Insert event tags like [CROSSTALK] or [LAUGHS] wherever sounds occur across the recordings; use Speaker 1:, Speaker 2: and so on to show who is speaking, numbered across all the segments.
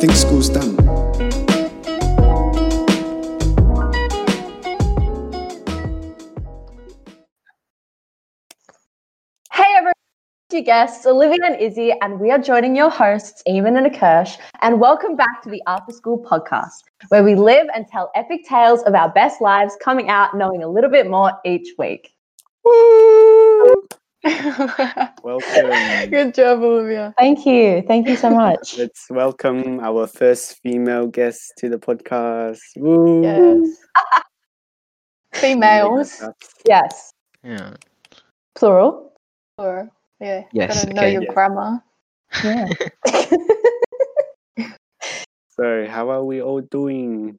Speaker 1: think school's done.
Speaker 2: Hey everyone, your guests, Olivia and Izzy, and we are joining your hosts, Eamon and Akersh, and welcome back to the After School Podcast, where we live and tell epic tales of our best lives coming out knowing a little bit more each week.
Speaker 3: Um, [LAUGHS]
Speaker 4: Welcome.
Speaker 3: Good job, Olivia.
Speaker 2: Thank you. Thank you [LAUGHS] so much.
Speaker 4: Let's welcome our first female guest to the podcast. Woo.
Speaker 3: Yes. [LAUGHS] Females.
Speaker 2: yes.
Speaker 5: Yeah.
Speaker 2: Plural.
Speaker 3: Or, yeah.
Speaker 5: Yes,
Speaker 3: Gotta know
Speaker 5: okay,
Speaker 3: your
Speaker 4: yeah.
Speaker 3: grammar.
Speaker 2: [LAUGHS] Yeah.
Speaker 4: So, how are we all doing?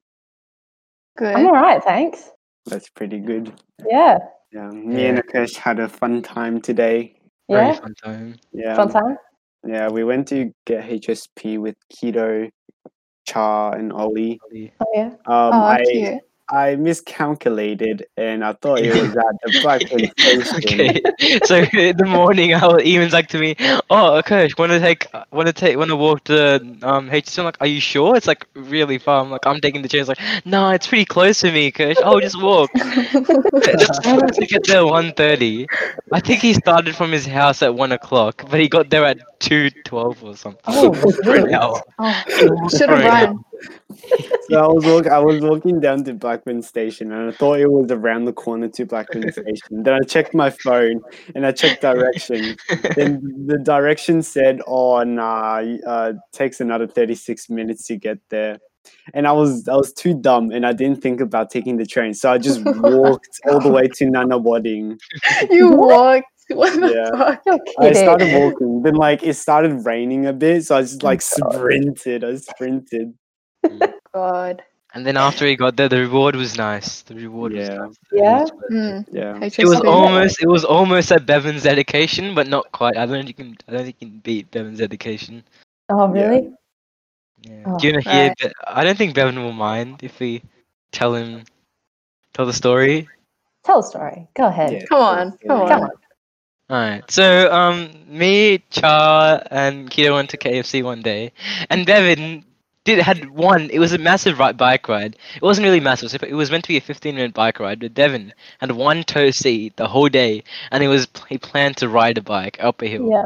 Speaker 3: Good.
Speaker 2: I'm all right, thanks.
Speaker 4: That's pretty good.
Speaker 2: Yeah.
Speaker 4: Yeah. Me and Akash had a fun time today.
Speaker 5: Very
Speaker 2: Yeah.
Speaker 5: fun time.
Speaker 4: Yeah.
Speaker 2: Fun time.
Speaker 4: Yeah. We went to get HSP with Keto, Char, and Ollie.
Speaker 5: Probably.
Speaker 2: Oh, yeah.
Speaker 4: Um,
Speaker 3: oh,
Speaker 4: I
Speaker 3: cute.
Speaker 4: I miscalculated and I thought it was at
Speaker 5: [LAUGHS]
Speaker 4: the Blackburn station.
Speaker 5: okay. so in the morning, I was, Eamon's like to me, "Oh, Kirsch, want to take, want to take, want to walk to um HC?" I'm like, "Are you sure? It's like really far." I'm like, "I'm taking the chance." Like, "No, it's pretty close to me, Kirsch. I'll
Speaker 2: [LAUGHS]
Speaker 5: just walk." [LAUGHS] just walk to get there 1:30. I think he started from his house at one o'clock, but he got there at two twelve or something.
Speaker 2: Oh,
Speaker 5: [LAUGHS] for an hour.
Speaker 3: Oh, should have
Speaker 5: Sorry.
Speaker 3: run.
Speaker 4: So I was walk- I was walking down to Blackburn Station and I thought it was around the corner
Speaker 3: [LAUGHS]
Speaker 4: to Blackburn Station. then I checked my phone and I checked direction. then the direction said, "Oh, nah, y- uh, takes another thirty six minutes to get there." And I was I was too dumb and I didn't think about taking the train, so I
Speaker 3: [LAUGHS]
Speaker 4: just walked all the way to Nanawading.
Speaker 3: You walked. [LAUGHS] What the
Speaker 4: Yeah.
Speaker 3: fuck?
Speaker 4: I started walking, then like it started raining a bit, so I
Speaker 3: Oh
Speaker 4: just like sprinted. I sprinted.
Speaker 3: God.
Speaker 5: And then after he got there, the reward was nice. The reward
Speaker 4: Yeah.
Speaker 5: was nice.
Speaker 2: Yeah?
Speaker 3: Mm,
Speaker 4: Yeah,
Speaker 5: It was
Speaker 3: HSP. [LAUGHS]
Speaker 5: almost it was almost at Bevan's dedication, but not quite. I don't think you can I don't think you can beat Bevan's dedication.
Speaker 2: Oh, really?
Speaker 5: Yeah.
Speaker 2: Oh,
Speaker 5: Do you want to hear?
Speaker 3: right.
Speaker 5: Be- I don't think Bevan will mind if we tell him tell the story.
Speaker 2: Tell a story. Go ahead.
Speaker 4: Yeah.
Speaker 3: Come on. Come on.
Speaker 2: Come on.
Speaker 5: Alright, so um, me, Char, and Kido went to KFC one day, and Bevan did had one. It was a massive ri- bike ride. It wasn't really massive. so It was meant to be a 15-minute bike ride, but Devin had one toe seat the whole day, and he was he planned to ride a bike up a hill.
Speaker 2: Yeah.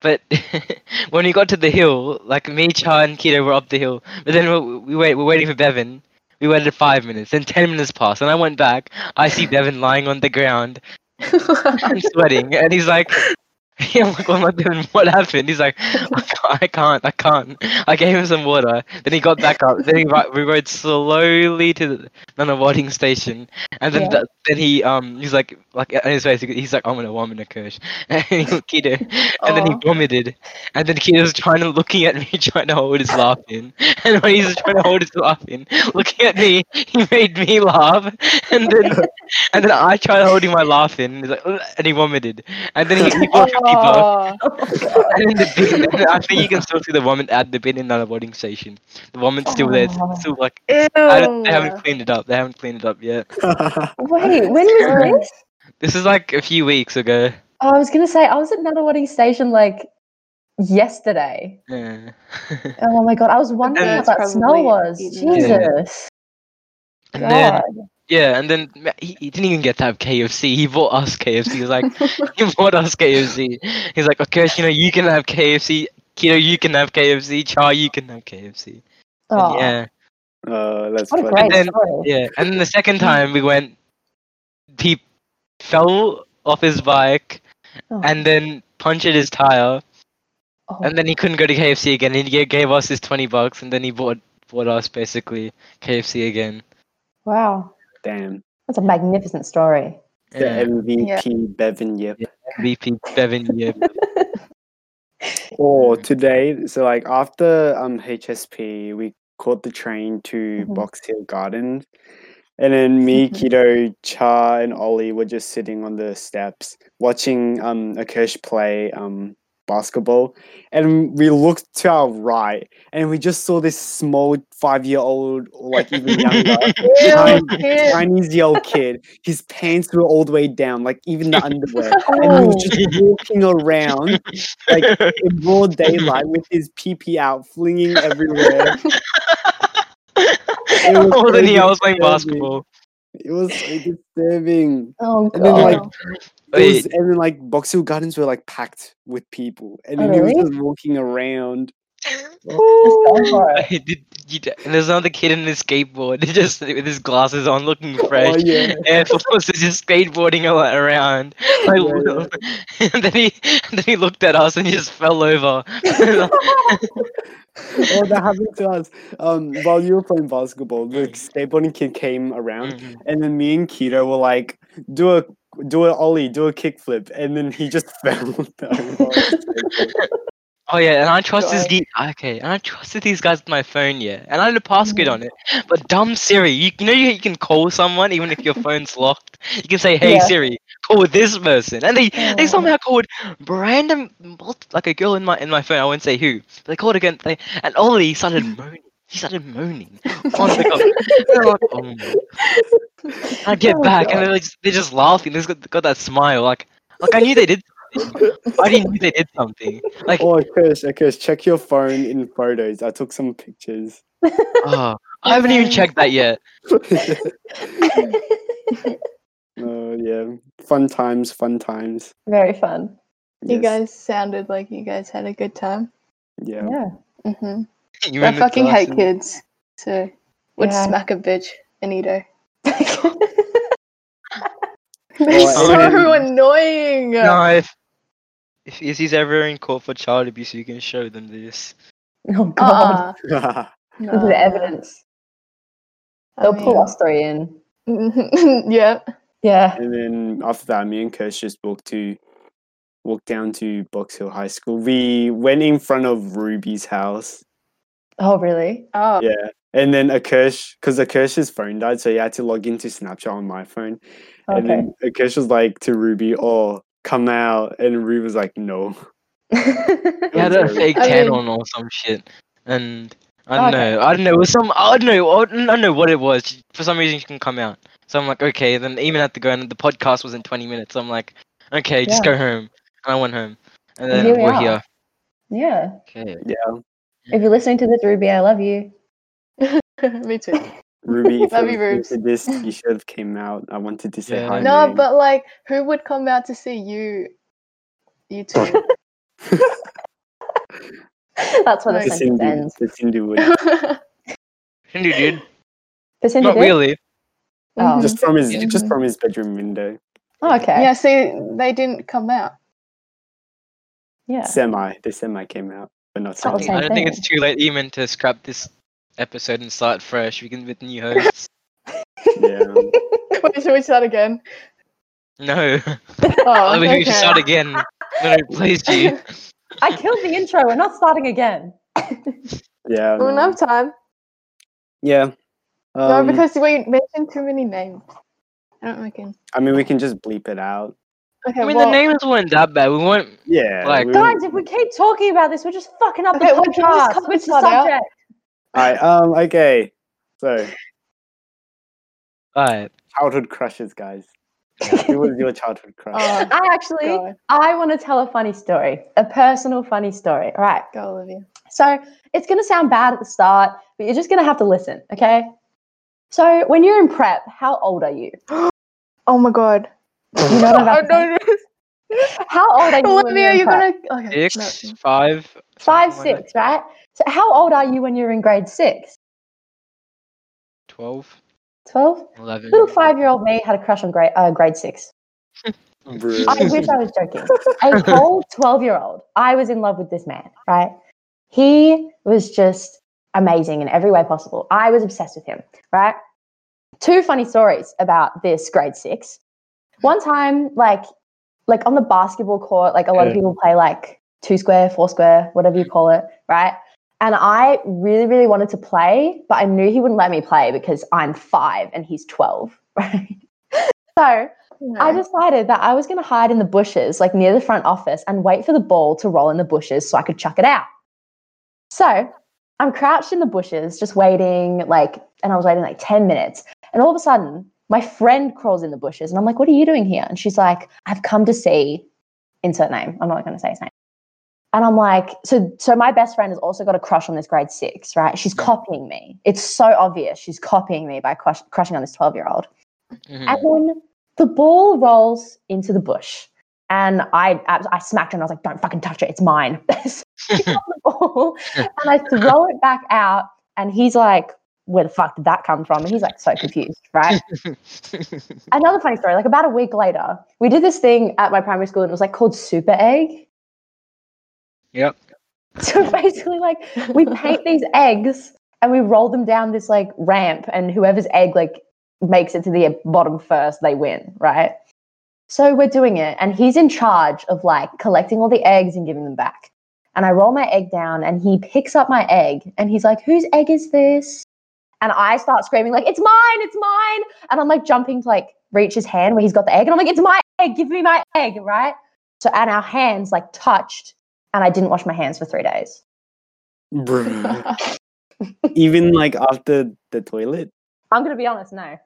Speaker 5: But [LAUGHS] when we got to the hill, like me, Cha, and Kido were up the hill. But then we, we wait, we're waiting for Bevan. We waited five minutes, then ten minutes passed, and I went back. I see Bevan lying on the ground and sweating, and he's like, [LAUGHS] "Yeah, I'm like, "Oh my Bevan, what happened?" He's like, I can't, "I can't, I can't." I gave him some water. Then he got back up. Then he ri- we rode slowly to the Nunawading station, and then
Speaker 2: Yeah.
Speaker 5: th- then he um he's like like in his face he's like, "I'm gonna vomit a curse," [LAUGHS] and he, Kido, and then he
Speaker 3: Aw.
Speaker 5: vomited. And then Kido's trying to looking at me, [LAUGHS] trying to hold his laugh in. And when he's trying to hold his laugh in, [LAUGHS] looking at me, he made me laugh. And then and then I tried holding my laugh in, and he's like, "Ugh," and he vomited. And then
Speaker 3: [LAUGHS]
Speaker 5: he, he got 50 bucks.
Speaker 3: Oh,
Speaker 5: And then the bin, and I think you can still see the vomit at the bin in the boarding station. The vomit's still there. It's
Speaker 2: Aw.
Speaker 5: still like
Speaker 3: ew.
Speaker 5: I don't, they
Speaker 3: Oh.
Speaker 5: haven't cleaned it up. They haven't cleaned it up yet.
Speaker 4: [LAUGHS]
Speaker 2: Wait, when was this?
Speaker 5: This is like a few weeks ago.
Speaker 2: Oh, I was gonna say I was at Nunawading Station like yesterday.
Speaker 5: Yeah. [LAUGHS]
Speaker 2: Oh my god, I was wondering
Speaker 5: then
Speaker 2: what
Speaker 3: it's
Speaker 2: that smell
Speaker 3: probably
Speaker 2: was.
Speaker 3: eaten.
Speaker 5: Yeah.
Speaker 2: Jesus.
Speaker 5: and then
Speaker 2: God.
Speaker 5: Yeah, and then ma- he, he didn't even get to have KFC. He bought us KFC. He was [LAUGHS] like, he bought us KFC. He's like, okay, you know, you can have KFC. Keto, you can have KFC. Char, you can have KFC. And
Speaker 2: Oh,
Speaker 5: yeah,
Speaker 4: Uh, that's
Speaker 2: What a
Speaker 4: funny.
Speaker 2: great
Speaker 5: then-
Speaker 2: story.
Speaker 5: yeah. And then the second time we went, he fell off his bike
Speaker 2: Oh.
Speaker 5: and then punctured his tire,
Speaker 2: Oh.
Speaker 5: and then he couldn't go to KFC again. He g- gave us his twenty bucks, and then he bought bought us basically KFC again.
Speaker 2: wow.
Speaker 4: Damn.
Speaker 2: That's a magnificent story.
Speaker 4: The MVP Bevan Yip.
Speaker 5: VP Bevan, yeah.
Speaker 4: Or Oh, today, so like after um HSP, we caught the train to
Speaker 2: Mhm.
Speaker 4: Box Hill Gardens, and then me,
Speaker 2: Mm-hmm.
Speaker 4: Kido, Cha, and Ollie were just sitting on the steps watching um Akersh play um basketball, and we looked to our right, and we just saw this small five-year-old, or like even
Speaker 2: [LAUGHS]
Speaker 4: younger,
Speaker 3: Ew,
Speaker 4: Tiny-
Speaker 3: kid.
Speaker 4: [LAUGHS] Chinese yell kid. His pants were all the way down, like even the underwear. And he
Speaker 2: Oh.
Speaker 4: was just walking around Like, in broad daylight with his pee pee out, flinging everywhere.
Speaker 5: [LAUGHS]
Speaker 4: was
Speaker 5: More than he, I
Speaker 4: crazy,
Speaker 5: was playing
Speaker 4: crazy.
Speaker 5: basketball.
Speaker 4: It was so disturbing.
Speaker 2: Oh,
Speaker 4: And then, like,
Speaker 2: God.
Speaker 4: it was-
Speaker 5: Wait,
Speaker 4: and then, like, Box Hill Gardens were like packed with people, and then
Speaker 2: Oh,
Speaker 4: he was
Speaker 2: really?
Speaker 4: just walking around.
Speaker 2: Just go for it.
Speaker 5: wait, [LAUGHS] did you, d- and there's another kid in his skateboard, [LAUGHS] just with his glasses on, looking fresh.
Speaker 4: Oh yeah,
Speaker 5: [LAUGHS] Air Force is just skateboarding a lot around. Like,
Speaker 4: Yeah,
Speaker 5: [LAUGHS] and then he [LAUGHS] and then he looked at us and he just
Speaker 4: [LAUGHS]
Speaker 5: fell over. [LAUGHS]
Speaker 4: oh, that happened to us. Um, while you were playing basketball, the skateboarding kid came
Speaker 5: Mm.
Speaker 4: around, and then me and Keto were like, "Do a, do a ollie, do a kickflip," and then he just [LAUGHS] fell. down.
Speaker 5: oh yeah, and I trusted
Speaker 3: God.
Speaker 5: these okay, and I trusted these guys with my phone, yeah, and I had a passcode
Speaker 2: Mm.
Speaker 5: on it. But dumb Siri, you, you know you, you can call someone even
Speaker 2: [LAUGHS]
Speaker 5: if your phone's locked. You can say, "Hey
Speaker 2: Yeah.
Speaker 5: Siri, call this person," and they they
Speaker 2: Oh.
Speaker 5: somehow called random multi- like a girl in my in my phone. I won't say who. But they called again, they, and Ollie started moaning. He started moaning.
Speaker 2: [LAUGHS]
Speaker 5: on the cover. They're like, "Oh my I get
Speaker 2: Oh,
Speaker 5: back, and they're like, they're just laughing. They just got, got that smile, like, like I knew they did. something. I didn't knew they did something. Like,
Speaker 4: oh, curse, curse! Check your phone in photos. I took some
Speaker 3: [LAUGHS]
Speaker 4: pictures. [LAUGHS]
Speaker 5: oh, I haven't even checked that yet. [LAUGHS]
Speaker 4: Oh yeah, fun times, fun times.
Speaker 2: Very fun.
Speaker 3: You
Speaker 4: Yes,
Speaker 3: guys sounded like you guys had a good time.
Speaker 4: yeah.
Speaker 2: Yeah.
Speaker 3: hmm
Speaker 5: You
Speaker 3: I
Speaker 5: in the
Speaker 3: fucking
Speaker 5: class
Speaker 3: hate
Speaker 5: and-
Speaker 3: kids. So would
Speaker 2: Yeah.
Speaker 3: smack a bitch and eat her.
Speaker 4: Well,
Speaker 3: They're
Speaker 4: I
Speaker 3: so
Speaker 4: mean-
Speaker 3: annoying.
Speaker 5: No, if, if if he's ever in court for child abuse, you can show them this.
Speaker 2: Oh God.
Speaker 3: Uh-uh.
Speaker 2: Look at
Speaker 3: Nah.
Speaker 2: the evidence.
Speaker 3: I
Speaker 2: They'll pull
Speaker 3: mean-
Speaker 2: our story in.
Speaker 3: [LAUGHS] yeah.
Speaker 2: Yeah.
Speaker 4: [LAUGHS] and then after that, me and Kirsch just walked to walked down to Box Hill High School. We went in front of Ruby's house.
Speaker 2: Oh, really?
Speaker 3: [LAUGHS] Oh.
Speaker 4: Yeah. And then Akersh, because Akersh's phone died, so he had to log into Snapchat on my phone.
Speaker 2: [LAUGHS]
Speaker 4: And
Speaker 2: Okay.
Speaker 4: then Akersh was like to Ruby, oh, come out. And Ruby was like, no.
Speaker 5: He had a
Speaker 4: Okay.
Speaker 5: fake
Speaker 3: I
Speaker 5: tan
Speaker 3: mean-
Speaker 5: on or some shit, and I don't
Speaker 2: Okay.
Speaker 5: know. I don't know. It was some I don't know. I don't I don't know what it was. She- For some reason, she can come out. So I'm like, okay. Then even had to go, and the podcast was in 20 minutes. So I'm like, okay, just go home. And I went home, and then
Speaker 2: here we
Speaker 5: we're
Speaker 2: are.
Speaker 5: here.
Speaker 2: yeah.
Speaker 5: Okay.
Speaker 2: If you're listening to this, Ruby, I love you.
Speaker 3: Me too. [LAUGHS]
Speaker 4: Ruby, if
Speaker 3: Love
Speaker 4: you
Speaker 3: you,
Speaker 4: listening
Speaker 3: Rubes.
Speaker 4: to this, you should have came out. I wanted to say
Speaker 5: Yeah.
Speaker 4: hi.
Speaker 3: No,
Speaker 4: man."
Speaker 3: but like, who would come out to see you? You two. [LAUGHS]
Speaker 2: That's where the
Speaker 3: Right.
Speaker 4: the
Speaker 2: sentence
Speaker 3: Just
Speaker 4: Cindy,
Speaker 2: ends.
Speaker 4: the
Speaker 3: [LAUGHS]
Speaker 4: Cindy would.
Speaker 5: Hindu dude.
Speaker 2: Percentage
Speaker 5: Not
Speaker 2: is?
Speaker 5: really.
Speaker 2: Oh.
Speaker 4: Just from his, just
Speaker 3: Mhm.
Speaker 4: from his bedroom window.
Speaker 2: Oh, okay.
Speaker 3: Yeah. See, they didn't come out. [LAUGHS]
Speaker 2: Yeah.
Speaker 4: Semi, the semi came out, but not
Speaker 2: Oh,
Speaker 5: I
Speaker 4: Cindy.
Speaker 5: think-
Speaker 2: same
Speaker 5: I don't think
Speaker 2: thing.
Speaker 5: it's too late even to scrap this episode and start fresh. We can with new hosts.
Speaker 4: Yeah. um,
Speaker 3: Wait, should we start again?
Speaker 5: no,
Speaker 3: Oh,
Speaker 5: [LAUGHS] I mean, we should
Speaker 3: okay.
Speaker 5: start again. No, no, please, G.
Speaker 2: [LAUGHS] I killed the intro. We're not starting again.
Speaker 3: [LAUGHS]
Speaker 4: Yeah.
Speaker 3: Well,
Speaker 4: no.
Speaker 3: no time.
Speaker 4: Yeah.
Speaker 3: no,
Speaker 4: Um,
Speaker 3: because we mentioned too many names. I don't reckon.
Speaker 4: I mean, we can just bleep it out.
Speaker 3: Okay.
Speaker 5: I mean,
Speaker 3: well, [LAUGHS]
Speaker 5: the names weren't that bad. We weren't.
Speaker 4: Yeah.
Speaker 5: Like-
Speaker 4: we-
Speaker 2: Guys, if we keep talking about this, we're just fucking up
Speaker 3: Okay,
Speaker 2: the
Speaker 3: well, can we just
Speaker 2: podcast.
Speaker 3: cut
Speaker 2: Switch
Speaker 3: this
Speaker 2: the
Speaker 3: part out?
Speaker 2: subject.
Speaker 4: Alright, um, okay. So,
Speaker 5: Alright.
Speaker 4: childhood crushes, guys. Who was your
Speaker 3: [LAUGHS]
Speaker 4: childhood crush?
Speaker 3: Oh,
Speaker 2: I actually,
Speaker 3: God.
Speaker 2: I want to tell a funny story, a personal funny story. All right.
Speaker 3: Go, Olivia.
Speaker 2: So it's going to sound bad at the start, but you're just going to have to listen, okay? So when you're in prep, how old are you?
Speaker 3: Oh my god.
Speaker 2: You [LAUGHS] know what I'm about
Speaker 3: I
Speaker 2: to say?
Speaker 3: [LAUGHS] don't know.
Speaker 2: How old are you? when you're
Speaker 3: Oh, Olivia,
Speaker 2: in
Speaker 3: you're
Speaker 2: prep? [LAUGHS]
Speaker 3: gonna. Okay.
Speaker 5: Six,
Speaker 3: no.
Speaker 5: five,
Speaker 2: five,
Speaker 5: something like
Speaker 2: six, right? So how old are you when you're in grade six?
Speaker 5: that. 12,
Speaker 2: Twelve.
Speaker 5: 11.
Speaker 2: Little five-year-old me had a crush on grade uh, grade six.
Speaker 4: Bruh.
Speaker 5: [LAUGHS]
Speaker 2: I wish I was joking. A whole 12 year old. I was in love with this man, right? He was just amazing in every way possible. I was obsessed with him, right? Two funny stories about this grade six. One time, like, like on the basketball court, like a lot of
Speaker 5: Yeah.
Speaker 2: people play like two square, four square, whatever you call it, right? And I really, really wanted to play, but I [LAUGHS] knew he wouldn't let me play because I'm five and he's 12, right? so I
Speaker 3: [LAUGHS]
Speaker 2: decided that I was going to hide in the bushes, like near the front office, and wait for the ball to roll in the bushes so I could chuck it out. So I'm crouched in the bushes, just waiting, like, and I was waiting like 10 minutes. And all of a sudden, my friend crawls in the bushes, and I'm like, What are you doing here? And she's like, I've come to see insert name. I'm not going to say his name. And I'm like, so so my best friend has also got a crush on this grade six, right? She's copying me. It's so obvious. She's copying me by crush, crushing on this 12 year old.
Speaker 5: Mhm.
Speaker 2: And then the ball rolls into the bush. And I, I I smacked her and I was like, don't fucking touch it. It's mine. [LAUGHS] So I pick up the ball and I throw it back out. And he's like, where the fuck did that come from? And he's like, so confused, right? Another funny story like, about a week later, we did this thing at my primary school and it was like called Super Egg.
Speaker 5: [LAUGHS] yep.
Speaker 2: [LAUGHS] So basically, like, we paint these eggs and we roll them down this like ramp and whoever's egg like makes it to the bottom first they win right so we're doing it and he's in charge of like collecting all the eggs and giving them back and i roll my egg down and he picks up my egg and he's like whose egg is this and i start screaming like it's mine it's mine and i'm like jumping to like reach his hand where he's got the egg and i'm like it's my egg give me my egg right so and our hands like touched and i didn't wash my hands for three days
Speaker 4: Bruh. Even like after the toilet.
Speaker 2: i'm gonna be honest no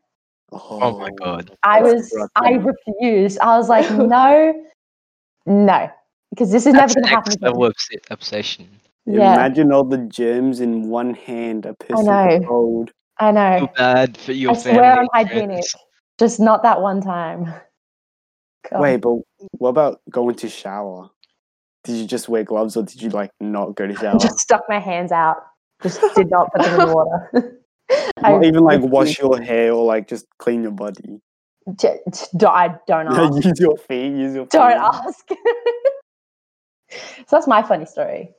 Speaker 5: Oh my god.
Speaker 2: I
Speaker 4: That's
Speaker 2: was,
Speaker 4: rough,
Speaker 2: I refused. I was
Speaker 4: [LAUGHS]
Speaker 2: like, no, no, because this is never
Speaker 5: That's
Speaker 2: going to happen
Speaker 5: next level
Speaker 2: again.
Speaker 5: obs- obsession.
Speaker 2: Yeah,
Speaker 4: Imagine all the germs in one hand a person
Speaker 2: know.
Speaker 4: could hold.
Speaker 2: I
Speaker 5: Feel
Speaker 2: know.
Speaker 5: bad for your
Speaker 2: I
Speaker 5: family.
Speaker 2: swear I'm
Speaker 5: and
Speaker 2: hygienic,
Speaker 5: friends.
Speaker 2: just not that one time. God.
Speaker 4: [LAUGHS] Wait, but what about going to shower? Did you just wear gloves or did you like not go to
Speaker 2: I [LAUGHS]
Speaker 4: shower?
Speaker 2: just stuck my hands out. Just did not put them in
Speaker 4: [LAUGHS]
Speaker 2: the water. [LAUGHS]
Speaker 4: Not even like
Speaker 2: refused.
Speaker 4: wash your hair or like just clean your body. [LAUGHS]
Speaker 2: J- j- don't- I don't ask.
Speaker 4: use your feet. Use your
Speaker 2: [LAUGHS]
Speaker 4: feet.
Speaker 2: don't Ah. ask. [LAUGHS] so that's my funny story.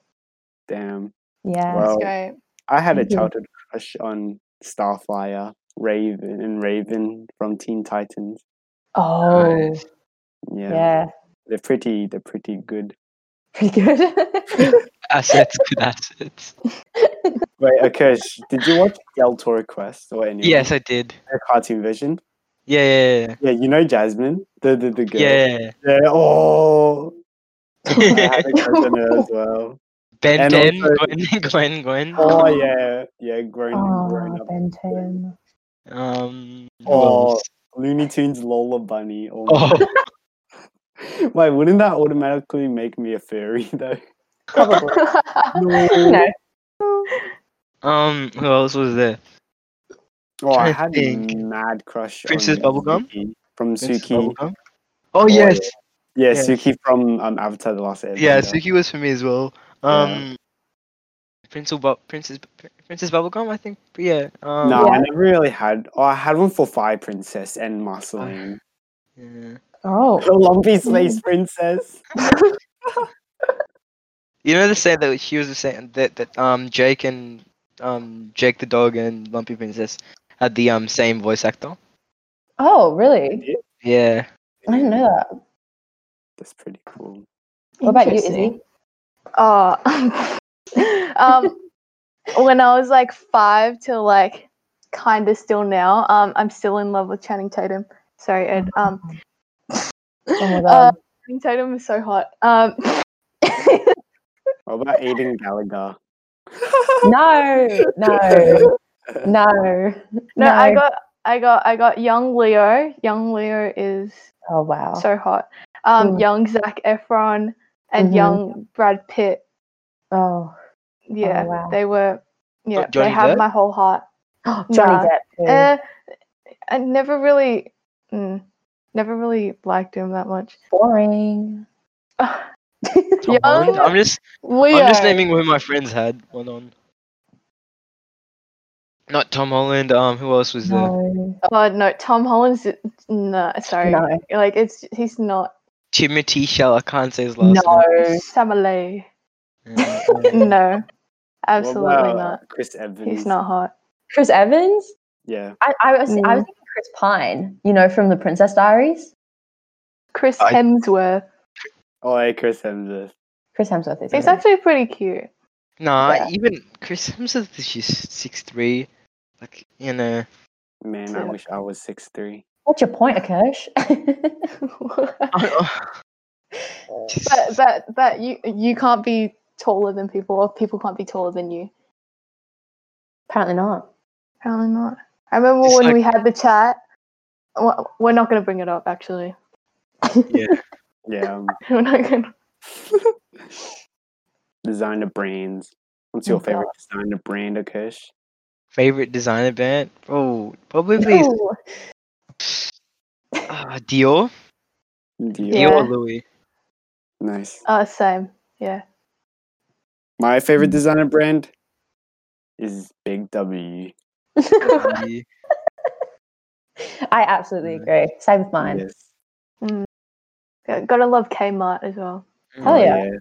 Speaker 4: Damn.
Speaker 2: Yeah.
Speaker 4: Wow.
Speaker 3: That's great.
Speaker 4: I had a
Speaker 2: Mhm.
Speaker 4: childhood crush on Starfire, Raven, and Raven from Teen Titans.
Speaker 2: oh,
Speaker 5: Nice.
Speaker 4: Yeah,
Speaker 2: yeah.
Speaker 4: they're pretty. They're pretty good.
Speaker 2: Pretty good. [LAUGHS]
Speaker 5: Assets, good assets.
Speaker 4: Wait, Akash, did you watch Del Toro Quest or any? of
Speaker 5: Yes, I did.
Speaker 4: the cartoon version.
Speaker 5: Yeah, yeah,
Speaker 4: Yeah, you know Jasmine, the the, the girl.
Speaker 5: yeah. yeah.
Speaker 4: Yeah, Oh, I had [LAUGHS]
Speaker 5: yeah. [LAUGHS]
Speaker 4: a crush on her as well.
Speaker 5: ben,
Speaker 4: And
Speaker 5: Ben,
Speaker 4: also-
Speaker 5: Gwen, Gwen, [LAUGHS] Gwen.
Speaker 4: Oh yeah, yeah, grown, grown
Speaker 2: oh,
Speaker 4: up.
Speaker 2: Ben 10.
Speaker 5: Um. who
Speaker 4: Oh.
Speaker 5: else? [LAUGHS]
Speaker 4: Looney Tunes Lola Bunny. Oh, my-
Speaker 5: Oh.
Speaker 4: Wait, wouldn't that automatically make me a furry [LAUGHS] though?
Speaker 2: no.
Speaker 5: [LAUGHS]
Speaker 2: [LAUGHS]
Speaker 5: Um, who else was there?
Speaker 4: Oh, I
Speaker 5: Trying to
Speaker 4: had
Speaker 5: think.
Speaker 4: a mad crush
Speaker 5: Princess
Speaker 4: on
Speaker 5: Bubblegum?
Speaker 4: Suki from
Speaker 5: Princess
Speaker 4: Suki.
Speaker 5: Bubblegum? Oh yes,
Speaker 4: Yeah,
Speaker 5: Yeah.
Speaker 4: Suki from um, Avatar: The Last Airbender.
Speaker 5: yeah. Suki was for me as well.
Speaker 4: Yeah.
Speaker 5: Um, Prince of Bu- Princess Princess Bubblegum, I think. Yeah. Um,
Speaker 4: No, I
Speaker 2: Yeah.
Speaker 4: never really had. Oh, I had one for Fire Princess and
Speaker 5: [LAUGHS]
Speaker 4: Marceline. [LAUGHS]
Speaker 5: yeah.
Speaker 2: Oh.
Speaker 4: The Lumpy Space Princess.
Speaker 5: You know the saying that she was the saying that that um Jake and um Jake the dog and Lumpy Princess had the um same voice actor.
Speaker 2: Oh, really?
Speaker 5: Yeah.
Speaker 2: I didn't know that.
Speaker 4: That's pretty cool.
Speaker 2: What about you, Izzy?
Speaker 3: Interesting. Oh, [LAUGHS] um, when I was like five till like kind of still now, um, I'm still in love with Channing Tatum. Sorry, Ed. Um,
Speaker 2: Oh my
Speaker 3: [LAUGHS] Uh,
Speaker 2: god.
Speaker 3: Channing Tatum is so hot. Um, [LAUGHS]
Speaker 4: What about Aiden Gallagher?
Speaker 2: no,
Speaker 3: [LAUGHS]
Speaker 2: no, no.
Speaker 3: no, I got, I got, I got young Leo. Young Leo is
Speaker 2: Oh wow.
Speaker 3: so hot. Um,
Speaker 2: Mm.
Speaker 3: young Zach Efron and
Speaker 2: Mhm.
Speaker 3: young Brad Pitt.
Speaker 2: Oh,
Speaker 3: Yeah,
Speaker 2: wow.
Speaker 3: they were. Yeah,
Speaker 5: Johnny
Speaker 3: they have
Speaker 5: Depp?
Speaker 3: my whole heart.
Speaker 2: Johnny
Speaker 3: Nah.
Speaker 2: Depp. Too.
Speaker 3: Uh, I never really, mm, never really liked him that much. [LAUGHS]
Speaker 2: Boring.
Speaker 5: Tom Holland.
Speaker 3: Young
Speaker 5: I'm just
Speaker 3: Leo.
Speaker 5: I'm just naming who my friends had. Hold on. Not Tom Holland. Um, who else was there?
Speaker 2: No,
Speaker 3: Oh no, Tom Holland's no. Sorry,
Speaker 2: no,
Speaker 3: like it's he's not
Speaker 5: Timothy Shell. I can't say his last
Speaker 2: no.
Speaker 3: Samuel.
Speaker 5: name. Yeah, [LAUGHS] um,
Speaker 3: No, absolutely
Speaker 4: What about
Speaker 3: not.
Speaker 4: Chris Evans.
Speaker 3: He's not hot.
Speaker 2: Chris Evans.
Speaker 4: Yeah.
Speaker 2: I, I was, I was
Speaker 3: Mm.
Speaker 2: thinking Chris Pine. You know, from the Princess Diaries.
Speaker 3: Chris
Speaker 5: I-
Speaker 3: Hemsworth.
Speaker 4: Oh, hey, Chris Evans.
Speaker 2: Chris Hemsworth is.
Speaker 3: He's
Speaker 2: in it.
Speaker 3: actually pretty cute. [LAUGHS]
Speaker 5: Nah,
Speaker 2: Yeah.
Speaker 5: even
Speaker 3: [LAUGHS]
Speaker 5: Chris Hemsworth is just six three. Like you know, [LAUGHS]
Speaker 4: Man, I wish I was six three.
Speaker 2: What's your point, Akersh?
Speaker 3: but
Speaker 5: Just-
Speaker 3: but but you you can't be taller than people, or people can't be taller than you.
Speaker 2: [LAUGHS] Apparently not.
Speaker 3: Apparently not. I remember
Speaker 5: It's
Speaker 3: when
Speaker 5: like-
Speaker 3: we had the chat. Well, We're not going to bring it up, actually. [LAUGHS]
Speaker 4: Yeah, um,
Speaker 3: We're not gonna...
Speaker 4: designer brands. What's
Speaker 2: Oh,
Speaker 4: your favorite designer brand, Akash?
Speaker 5: favorite designer band? Oh, probably
Speaker 2: Ooh,
Speaker 5: uh, Dior.
Speaker 4: Dior.
Speaker 5: Dior
Speaker 3: Yeah.
Speaker 5: or Louis.
Speaker 3: [LAUGHS]
Speaker 4: Nice.
Speaker 3: Uh, same. Yeah.
Speaker 4: My favorite
Speaker 3: Mm.
Speaker 4: designer brand is Big W.
Speaker 5: Louis.
Speaker 2: I absolutely agree. Same with mine.
Speaker 4: Yes.
Speaker 3: Yeah, Mm. Gotta love Kmart as well.
Speaker 4: Oh,
Speaker 2: Hell
Speaker 5: Mm.
Speaker 2: yeah.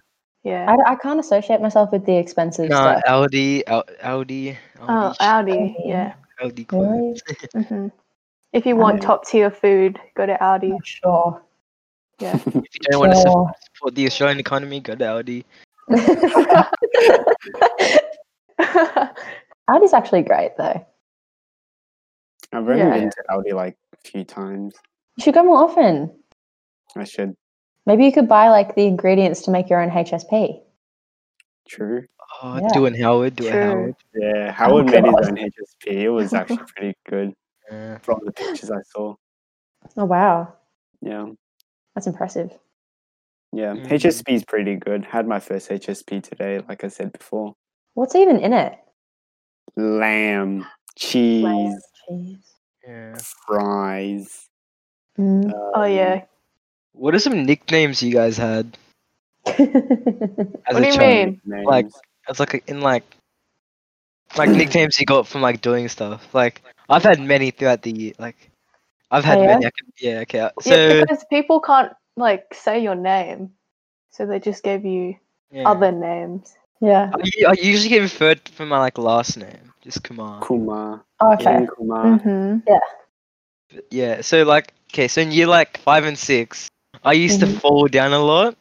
Speaker 3: Yeah.
Speaker 2: I, I can't associate myself with the expensive
Speaker 5: Nah,
Speaker 2: stuff.
Speaker 5: Aldi, Al- Aldi,
Speaker 3: Oh,
Speaker 5: Aldi,
Speaker 3: Audi. Yeah.
Speaker 5: Aldi clothes.
Speaker 2: Really?
Speaker 3: hmm If you want
Speaker 4: Aldi.
Speaker 3: top tier food, go to Audi. [LAUGHS]
Speaker 2: Not sure.
Speaker 5: If you don't want to
Speaker 2: Sure.
Speaker 5: support the Australian economy, go to Aldi.
Speaker 2: [LAUGHS] Audi's actually great though.
Speaker 4: I've only
Speaker 3: Yeah.
Speaker 4: been to Audi like a few times.
Speaker 2: You should go more often.
Speaker 4: I should.
Speaker 2: Maybe you could buy like the ingredients to make your own HSP.
Speaker 4: True.
Speaker 5: Oh,
Speaker 2: Yeah.
Speaker 5: do an Howard, do a
Speaker 3: True.
Speaker 5: Howard.
Speaker 3: Oh,
Speaker 4: Yeah, Howard made his
Speaker 2: God.
Speaker 4: own HSP. It
Speaker 3: [LAUGHS]
Speaker 4: was actually pretty good
Speaker 5: Yeah.
Speaker 4: from the pictures I saw.
Speaker 2: Oh wow,
Speaker 4: Yeah,
Speaker 2: that's impressive.
Speaker 4: yeah.
Speaker 5: Mm.
Speaker 4: HSP is pretty good. Had my first HSP today, like I said before.
Speaker 2: What's even in it?
Speaker 4: Lamb, cheese,
Speaker 2: Cheese.
Speaker 5: yeah.
Speaker 4: fries. um,
Speaker 2: Mm. [LAUGHS]
Speaker 3: Oh yeah.
Speaker 5: What are some nicknames you guys had as
Speaker 3: What
Speaker 5: a
Speaker 3: do you
Speaker 5: child?
Speaker 3: mean?
Speaker 5: Like- It's like in like like nicknames you got from like doing stuff. Like I've had many throughout the year. Like I've had
Speaker 2: Oh, yeah?
Speaker 5: many. I can, yeah. Okay.
Speaker 3: yeah,
Speaker 5: So
Speaker 3: because people can't like say your name, so they just gave you
Speaker 5: yeah.
Speaker 3: other names.
Speaker 2: yeah.
Speaker 5: I, u- I usually get referred to for my like last name, just Kumar.
Speaker 4: Kumar,
Speaker 2: Oh, okay.
Speaker 4: King Kumar.
Speaker 3: Mm-hmm.
Speaker 5: Yeah. So like okay. So in year like five and six, I used to
Speaker 2: Mhm.
Speaker 5: fall down a lot.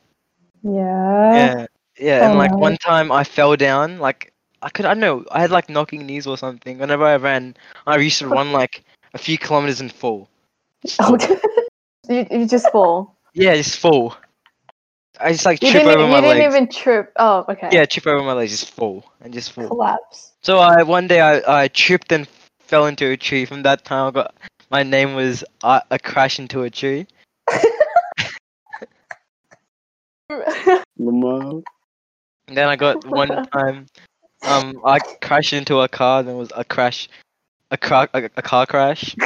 Speaker 3: Oh.
Speaker 2: Yeah.
Speaker 5: Yeah, yeah, and like
Speaker 2: Alright.
Speaker 5: one time I fell down, like I could, I don't know, I had like knocking knees or something. Whenever I ran, I used to run like a few kilometers and fall. Just
Speaker 3: Oh,
Speaker 5: fall.
Speaker 2: Okay.
Speaker 3: [LAUGHS] You, you just fall.
Speaker 5: Yeah, just fall. I just like
Speaker 3: You
Speaker 5: trip
Speaker 3: didn't. e-
Speaker 5: over my
Speaker 3: you didn't
Speaker 5: legs.
Speaker 3: even trip. Oh, okay.
Speaker 5: Yeah, trip over my legs, just fall and just
Speaker 3: Oh.
Speaker 5: fall.
Speaker 3: [LAUGHS]
Speaker 2: Collapse.
Speaker 5: So I one day I, I tripped and fell into a tree. From that time, I got my name was uh, a crash into a tree.
Speaker 3: Mm-hmm.
Speaker 4: Lamar.
Speaker 5: And then
Speaker 3: [LAUGHS]
Speaker 5: I got one time, um, I crashed into a car. Then was a crash, a car, a, a
Speaker 3: [LAUGHS]
Speaker 5: car crash.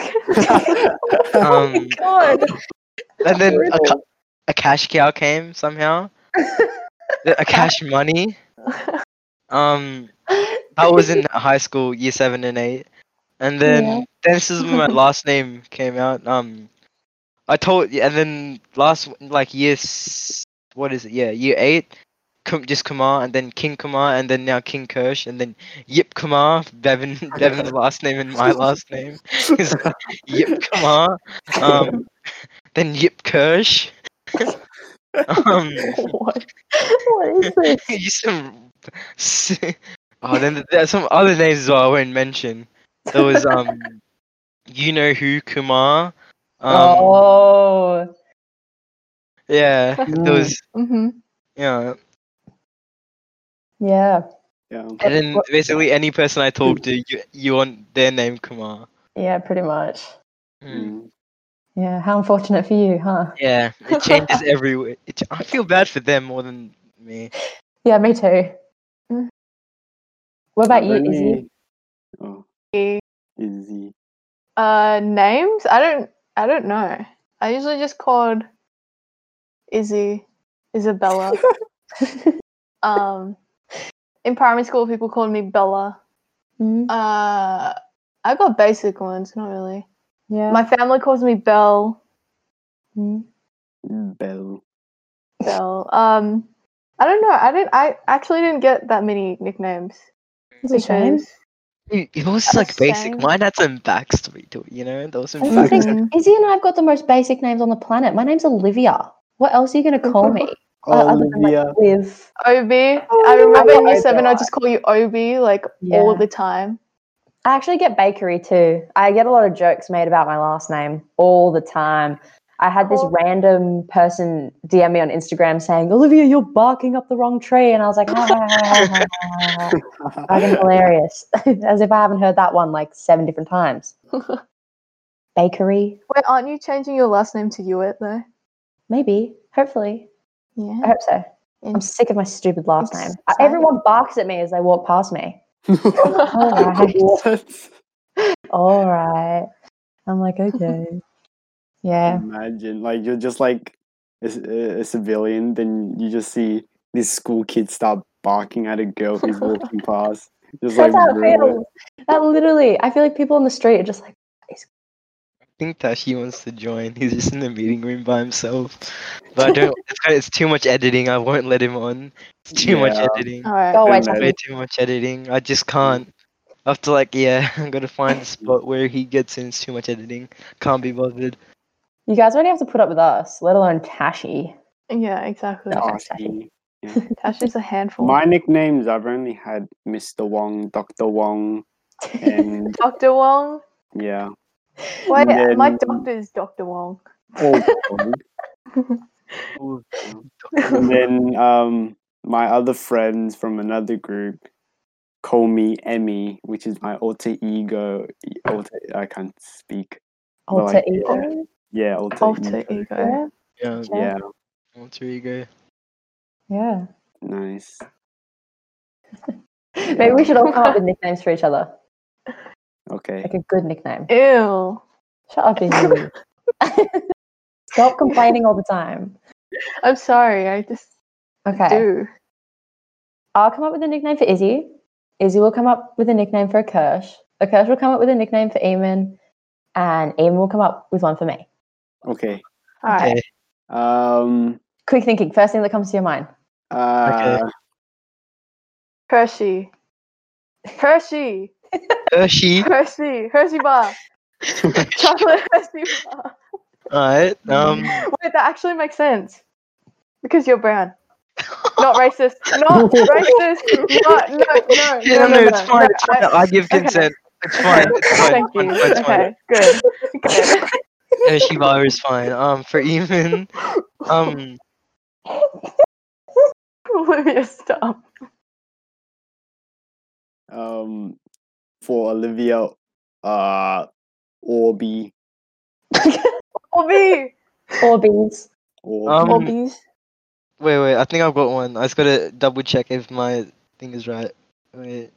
Speaker 5: Um,
Speaker 2: God.
Speaker 5: and then a, ca- a cash cow came somehow. a cash money. Um, I was in high school, year seven and eight, and then
Speaker 2: Yeah.
Speaker 5: then this is when my last name came out. Um, I told, yeah, and then last like year, s- what is it? Yeah, year eight. Kum- Just Kumar, and then King Kumar, and then now King Kirsch, and then Yip Kumar. Bevan, Bevan's last name and my last name is Yip Kumar. Um, then Yip Kirsch. um,
Speaker 3: what?
Speaker 2: [LAUGHS] what is this?
Speaker 5: you some. s- Oh, then there's some other names as well I won't mention. There was um, you know who Kumar. Um,
Speaker 2: oh.
Speaker 5: yeah.
Speaker 4: Mm-hmm.
Speaker 5: There was
Speaker 3: hmm
Speaker 5: yeah,
Speaker 2: Yeah.
Speaker 4: Yeah.
Speaker 5: and then basically any person I talk to, you you want their name Kumar.
Speaker 2: Yeah. Pretty much.
Speaker 5: Mm.
Speaker 2: Yeah. How unfortunate for you, huh?
Speaker 5: Yeah, it changes every. w- It, ch- I feel bad for them more than me.
Speaker 2: Yeah. Me too.
Speaker 3: Mm.
Speaker 2: What about you,
Speaker 4: I've
Speaker 2: Izzy?
Speaker 4: only- Oh,
Speaker 3: Uh,
Speaker 4: Izzy.
Speaker 3: names? I don't. I don't know. I usually just called Izzy,
Speaker 5: [LAUGHS]
Speaker 3: Isabella.
Speaker 2: [LAUGHS]
Speaker 3: um, in primary school, people called me Bella.
Speaker 2: Mm,
Speaker 3: Uh, I got basic ones, not really.
Speaker 2: Yeah.
Speaker 3: My family calls me Belle.
Speaker 2: Mm.
Speaker 4: Bell. [LAUGHS]
Speaker 3: Belle. Um, I don't know. I didn't. I actually didn't get that many nicknames.
Speaker 2: It's a shame.
Speaker 3: because-
Speaker 5: It it was like basic.
Speaker 3: Same.
Speaker 5: Mine had some backstory to it, you know. There was some
Speaker 2: I don't think
Speaker 5: backstory.
Speaker 3: Mhm.
Speaker 2: Izzy and I've got the most basic names on the planet. My name's Olivia. What else are you going to call me? Uh, other than, like,
Speaker 4: Olivia.
Speaker 2: Liv.
Speaker 3: Obi.
Speaker 2: Oh,
Speaker 3: I remember in
Speaker 2: I
Speaker 3: year seven, I
Speaker 2: forgot.
Speaker 3: just call you Obi like
Speaker 2: Yeah.
Speaker 3: all the time.
Speaker 2: I actually get bakery too. I get a lot of jokes made about my last name all the time. I had this
Speaker 3: Cool.
Speaker 2: random person DM me on Instagram saying, Olivia, you're barking up the wrong tree. And I was like, "Ha, ha, ha, ha, ha, ha, ha." fucking hilarious. [LAUGHS] As if I haven't heard that one like seven different times. bakery,
Speaker 3: Wait, aren't you changing your last name to Hewitt though?
Speaker 2: maybe, hopefully. I
Speaker 3: Yeah.
Speaker 2: hope so. I'm sick of my stupid last
Speaker 3: It's
Speaker 2: name.
Speaker 3: exciting.
Speaker 2: Everyone barks at me as they walk past me. All
Speaker 3: [LAUGHS]
Speaker 2: right.
Speaker 4: what?
Speaker 2: All right. I'm like, okay.
Speaker 3: [LAUGHS]
Speaker 2: Yeah.
Speaker 4: Imagine, like you're just like a, c- a civilian, then you just see this school kid start barking at a girl who's walking past. Just
Speaker 2: That's
Speaker 4: like
Speaker 2: how it
Speaker 4: rude.
Speaker 2: feels. That literally, I feel like people on the street are just like,
Speaker 5: think Tashi wants to join. He's just in the meeting room by himself. But I don't. It's, kind of, it's too much editing. I won't let him on. It's too much
Speaker 4: Yeah.
Speaker 5: editing.
Speaker 3: All right.
Speaker 2: go away,
Speaker 4: Don't
Speaker 2: Tashi."
Speaker 5: Way too much editing. I just can't. I have to like, yeah, [LAUGHS] I'm gonna find the spot where he gets in. It's too much editing. Can't be bothered.
Speaker 2: You guys already have to put up with us, let alone Tashi.
Speaker 3: Yeah, exactly.
Speaker 2: No.
Speaker 4: Nasty.
Speaker 3: Tasha's a handful.
Speaker 4: My nicknames I've only had Mr. Wong, Dr. Wong,
Speaker 3: [LAUGHS]
Speaker 4: and
Speaker 3: Dr. Wong.
Speaker 4: yeah,
Speaker 3: Wait,
Speaker 4: then-
Speaker 3: my doctor is Dr. Wong.
Speaker 4: all Wong. All Wong. and then um, my other friends from another group call me Emmy, which is my alter ego. e, Alter, I can't speak. Well,
Speaker 2: Alter
Speaker 4: like, yeah.
Speaker 2: ego.
Speaker 4: Yeah, alter,
Speaker 3: Alter
Speaker 4: ego.
Speaker 3: ego.
Speaker 2: Yeah.
Speaker 5: Yeah,
Speaker 2: Sure.
Speaker 4: Yeah,
Speaker 5: alter ego.
Speaker 2: yeah.
Speaker 4: nice.
Speaker 2: Maybe we should all come up
Speaker 3: [LAUGHS]
Speaker 2: with nicknames for each other.
Speaker 4: Okay.
Speaker 2: Like a good nickname.
Speaker 3: Ew.
Speaker 2: Shut up,
Speaker 3: [LAUGHS]
Speaker 2: Izzy. Stop complaining all the time.
Speaker 3: I'm sorry. I just
Speaker 2: Okay.
Speaker 3: do.
Speaker 2: I'll come up with a nickname for Izzy. Izzy will come up with a nickname for Akersh. Akersh will come up with a nickname for Eamon. And Eamon will come up with one for me.
Speaker 4: Okay.
Speaker 3: All right.
Speaker 5: Okay.
Speaker 4: Um.
Speaker 2: Quick thinking. First thing that comes to your mind.
Speaker 4: Uh,
Speaker 3: Hershey. Hershey. [LAUGHS]
Speaker 5: Hershey.
Speaker 3: Hershey.
Speaker 2: [LAUGHS]
Speaker 3: Hershey bar. Chocolate Hershey bar.
Speaker 5: Alright.
Speaker 3: [LAUGHS]
Speaker 5: Um.
Speaker 3: Wait, that actually makes sense. Because you're brown. Not
Speaker 5: [LAUGHS]
Speaker 3: racist. Not racist. Not, no, no,
Speaker 5: Yeah, no,
Speaker 3: no, no,
Speaker 5: it's fine. it's fine.
Speaker 3: I-
Speaker 5: I give
Speaker 3: okay.
Speaker 5: consent. It's fine. It's fine.
Speaker 3: Thank
Speaker 5: it's
Speaker 3: you.
Speaker 5: fine, it's fine.
Speaker 3: Okay, good.
Speaker 5: [LAUGHS]
Speaker 3: good.
Speaker 5: Hershey bar is fine. Um, for even, um,
Speaker 3: Olivia, stop.
Speaker 4: um. For Olivia, uh, Orby.
Speaker 3: Obi.
Speaker 2: Orbeez.
Speaker 4: Orby.
Speaker 5: Um,
Speaker 3: Obies.
Speaker 5: wait, wait. I think I've got one. I just gotta double check if my thing is right. Wait,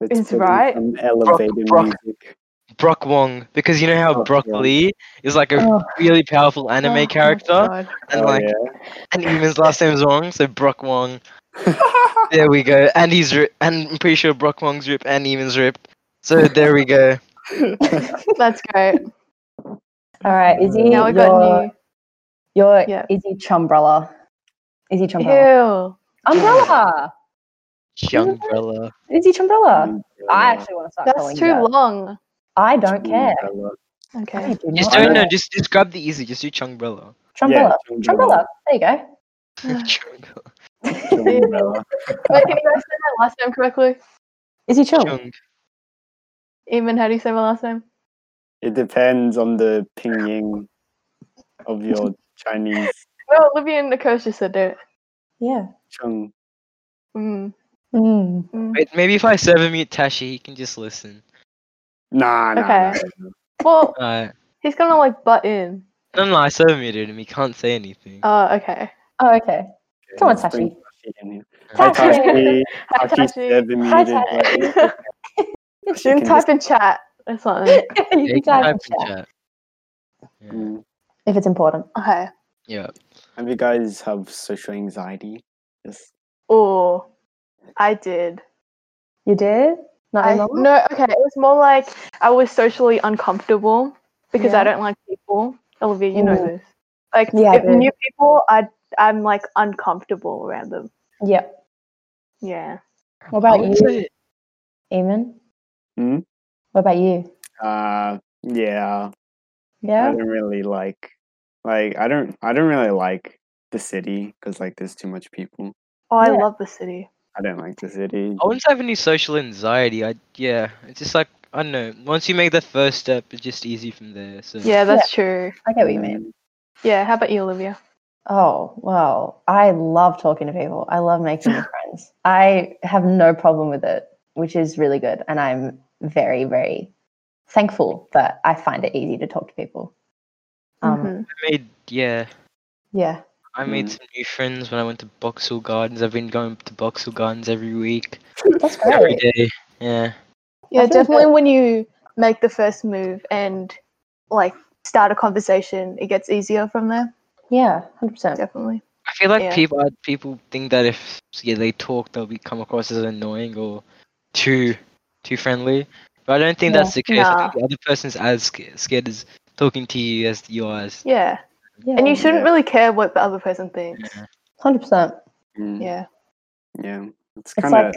Speaker 4: Let's
Speaker 3: it's
Speaker 4: put in
Speaker 3: right.
Speaker 4: Some elevated
Speaker 5: Brock.
Speaker 4: music.
Speaker 5: Brock Wong, because you know how
Speaker 4: Oh,
Speaker 5: Brock
Speaker 4: yeah.
Speaker 5: Lee is like a
Speaker 2: Oh.
Speaker 5: really powerful anime
Speaker 3: Oh,
Speaker 5: character,
Speaker 3: God.
Speaker 5: and
Speaker 4: Oh,
Speaker 5: like, and Even's last name is Wong, so
Speaker 3: [LAUGHS]
Speaker 5: Brock Wong. There we go. And he's ri- and I'm pretty sure Brock Wong's ripped and Even's ripped. So there we go.
Speaker 3: That's great. [LAUGHS]
Speaker 2: All right, Izzy.
Speaker 3: Now I
Speaker 2: your,
Speaker 3: got new.
Speaker 2: your
Speaker 3: Yeah.
Speaker 2: Izzy Chumbrella. Izzy Chumbrella.
Speaker 3: Ew.
Speaker 2: Umbrella.
Speaker 5: Umbrella.
Speaker 2: Izzy Chumbrella. uh, I actually want to start calling
Speaker 3: That's
Speaker 2: you
Speaker 3: too
Speaker 2: that.
Speaker 3: long.
Speaker 2: I don't care. I
Speaker 3: Okay.
Speaker 2: do
Speaker 5: Just
Speaker 2: not
Speaker 5: don't know.
Speaker 2: care.
Speaker 5: Just just grab the easy. Just do Chumbrella.
Speaker 2: Chumbrella. Chumbrella. There you go.
Speaker 5: [LAUGHS] Chung.
Speaker 2: [LAUGHS]
Speaker 4: Umbrella.
Speaker 3: Wait, can you guys say my last name correctly?
Speaker 2: Izzy Chum.
Speaker 5: Chung.
Speaker 3: Eamon, how do you say my last name?
Speaker 4: It depends on the pinyin of your Chinese
Speaker 3: No, Oh, Olivia and Nikosha said it.
Speaker 2: Yeah.
Speaker 4: chung.
Speaker 3: Mm,
Speaker 2: Mm.
Speaker 3: mm.
Speaker 5: Wait, maybe if I server mute Tashi, he can just listen.
Speaker 4: Nah, nah.
Speaker 3: Okay.
Speaker 4: nah.
Speaker 3: Well,
Speaker 5: Alright.
Speaker 3: he's gonna like butt in.
Speaker 5: No, no, I server muted him. He can't say anything.
Speaker 3: Oh, okay.
Speaker 2: Oh, okay. [LAUGHS] Come on,
Speaker 4: Let's bring
Speaker 2: Tashi.
Speaker 4: Tashi in here. Hi,
Speaker 5: Alright,
Speaker 2: Tashi. [LAUGHS]
Speaker 3: Hi,
Speaker 4: Tashi. Tashi's
Speaker 3: Tashi.
Speaker 4: never
Speaker 2: Hi, Tashi.
Speaker 3: [LAUGHS]
Speaker 4: muted, but-
Speaker 3: Then
Speaker 4: can
Speaker 3: type in chat or something.
Speaker 2: you
Speaker 5: yeah,
Speaker 2: can
Speaker 5: you can
Speaker 2: type
Speaker 5: type
Speaker 2: in
Speaker 5: in
Speaker 2: chat
Speaker 5: chat. Yeah.
Speaker 4: Mm.
Speaker 2: if it's important.
Speaker 3: Okay.
Speaker 5: yeah.
Speaker 4: Have you guys have social anxiety? Yes.
Speaker 3: Oh, I did.
Speaker 2: You did? Not
Speaker 3: I,
Speaker 2: anymore?
Speaker 3: no, okay. It was more like I was socially uncomfortable because
Speaker 2: Yeah.
Speaker 3: I don't like people. Olivia, you know
Speaker 2: Mm.
Speaker 3: this. Like,
Speaker 2: Yeah, I
Speaker 3: if
Speaker 2: do.
Speaker 3: new people, I I'm like uncomfortable around them.
Speaker 2: Yep.
Speaker 3: Yeah.
Speaker 2: What about
Speaker 5: I
Speaker 2: you,
Speaker 5: would say-
Speaker 2: Eamon?
Speaker 4: Hmm?
Speaker 2: What about you?
Speaker 4: Uh, yeah. I
Speaker 2: Yeah.
Speaker 4: don't really like like I don't I don't really like the city because like there's too much people.
Speaker 3: Oh, I
Speaker 2: Yeah.
Speaker 3: love the city.
Speaker 4: I I don't like the city.
Speaker 3: Oh,
Speaker 5: I wouldn't say I have any social anxiety. I yeah, it's just like I don't know. Once you make that first step, it's just easy from there. So
Speaker 3: Yeah, that's true.
Speaker 2: I get what you mean.
Speaker 3: Yeah, how about you, Olivia?
Speaker 2: Oh, well, I love talking to people. I love making [LAUGHS] new friends. I have no problem with it, which is really good. And I'm very, very thankful that I find it easy to talk to people. Um,
Speaker 3: Mhm.
Speaker 5: I made yeah.
Speaker 2: [LAUGHS] Yeah.
Speaker 5: I made
Speaker 4: Mm.
Speaker 5: some new friends when I went to Boxall Gardens. I've been going to Boxall Gardens every week,
Speaker 2: That's
Speaker 5: every
Speaker 2: great.
Speaker 5: day. Yeah.
Speaker 3: Yeah,
Speaker 2: think
Speaker 3: definitely when you make the first move and like start a conversation, it gets easier from there.
Speaker 2: Yeah, 100%.
Speaker 3: Definitely.
Speaker 5: I feel like
Speaker 3: Yeah.
Speaker 5: people people think that if yeah they talk they'll be come across as annoying or too too friendly, but I don't think
Speaker 2: Yeah.
Speaker 5: that's the case. I
Speaker 3: Nah.
Speaker 5: think the other person's as sca- scared as talking to you as you are. As,
Speaker 3: Yeah.
Speaker 2: Um, Yeah,
Speaker 3: And you shouldn't really care what the other person thinks.
Speaker 2: 100%.
Speaker 4: Mm,
Speaker 3: Yeah.
Speaker 4: yeah,
Speaker 2: It's
Speaker 4: it's kind
Speaker 2: like,
Speaker 4: of.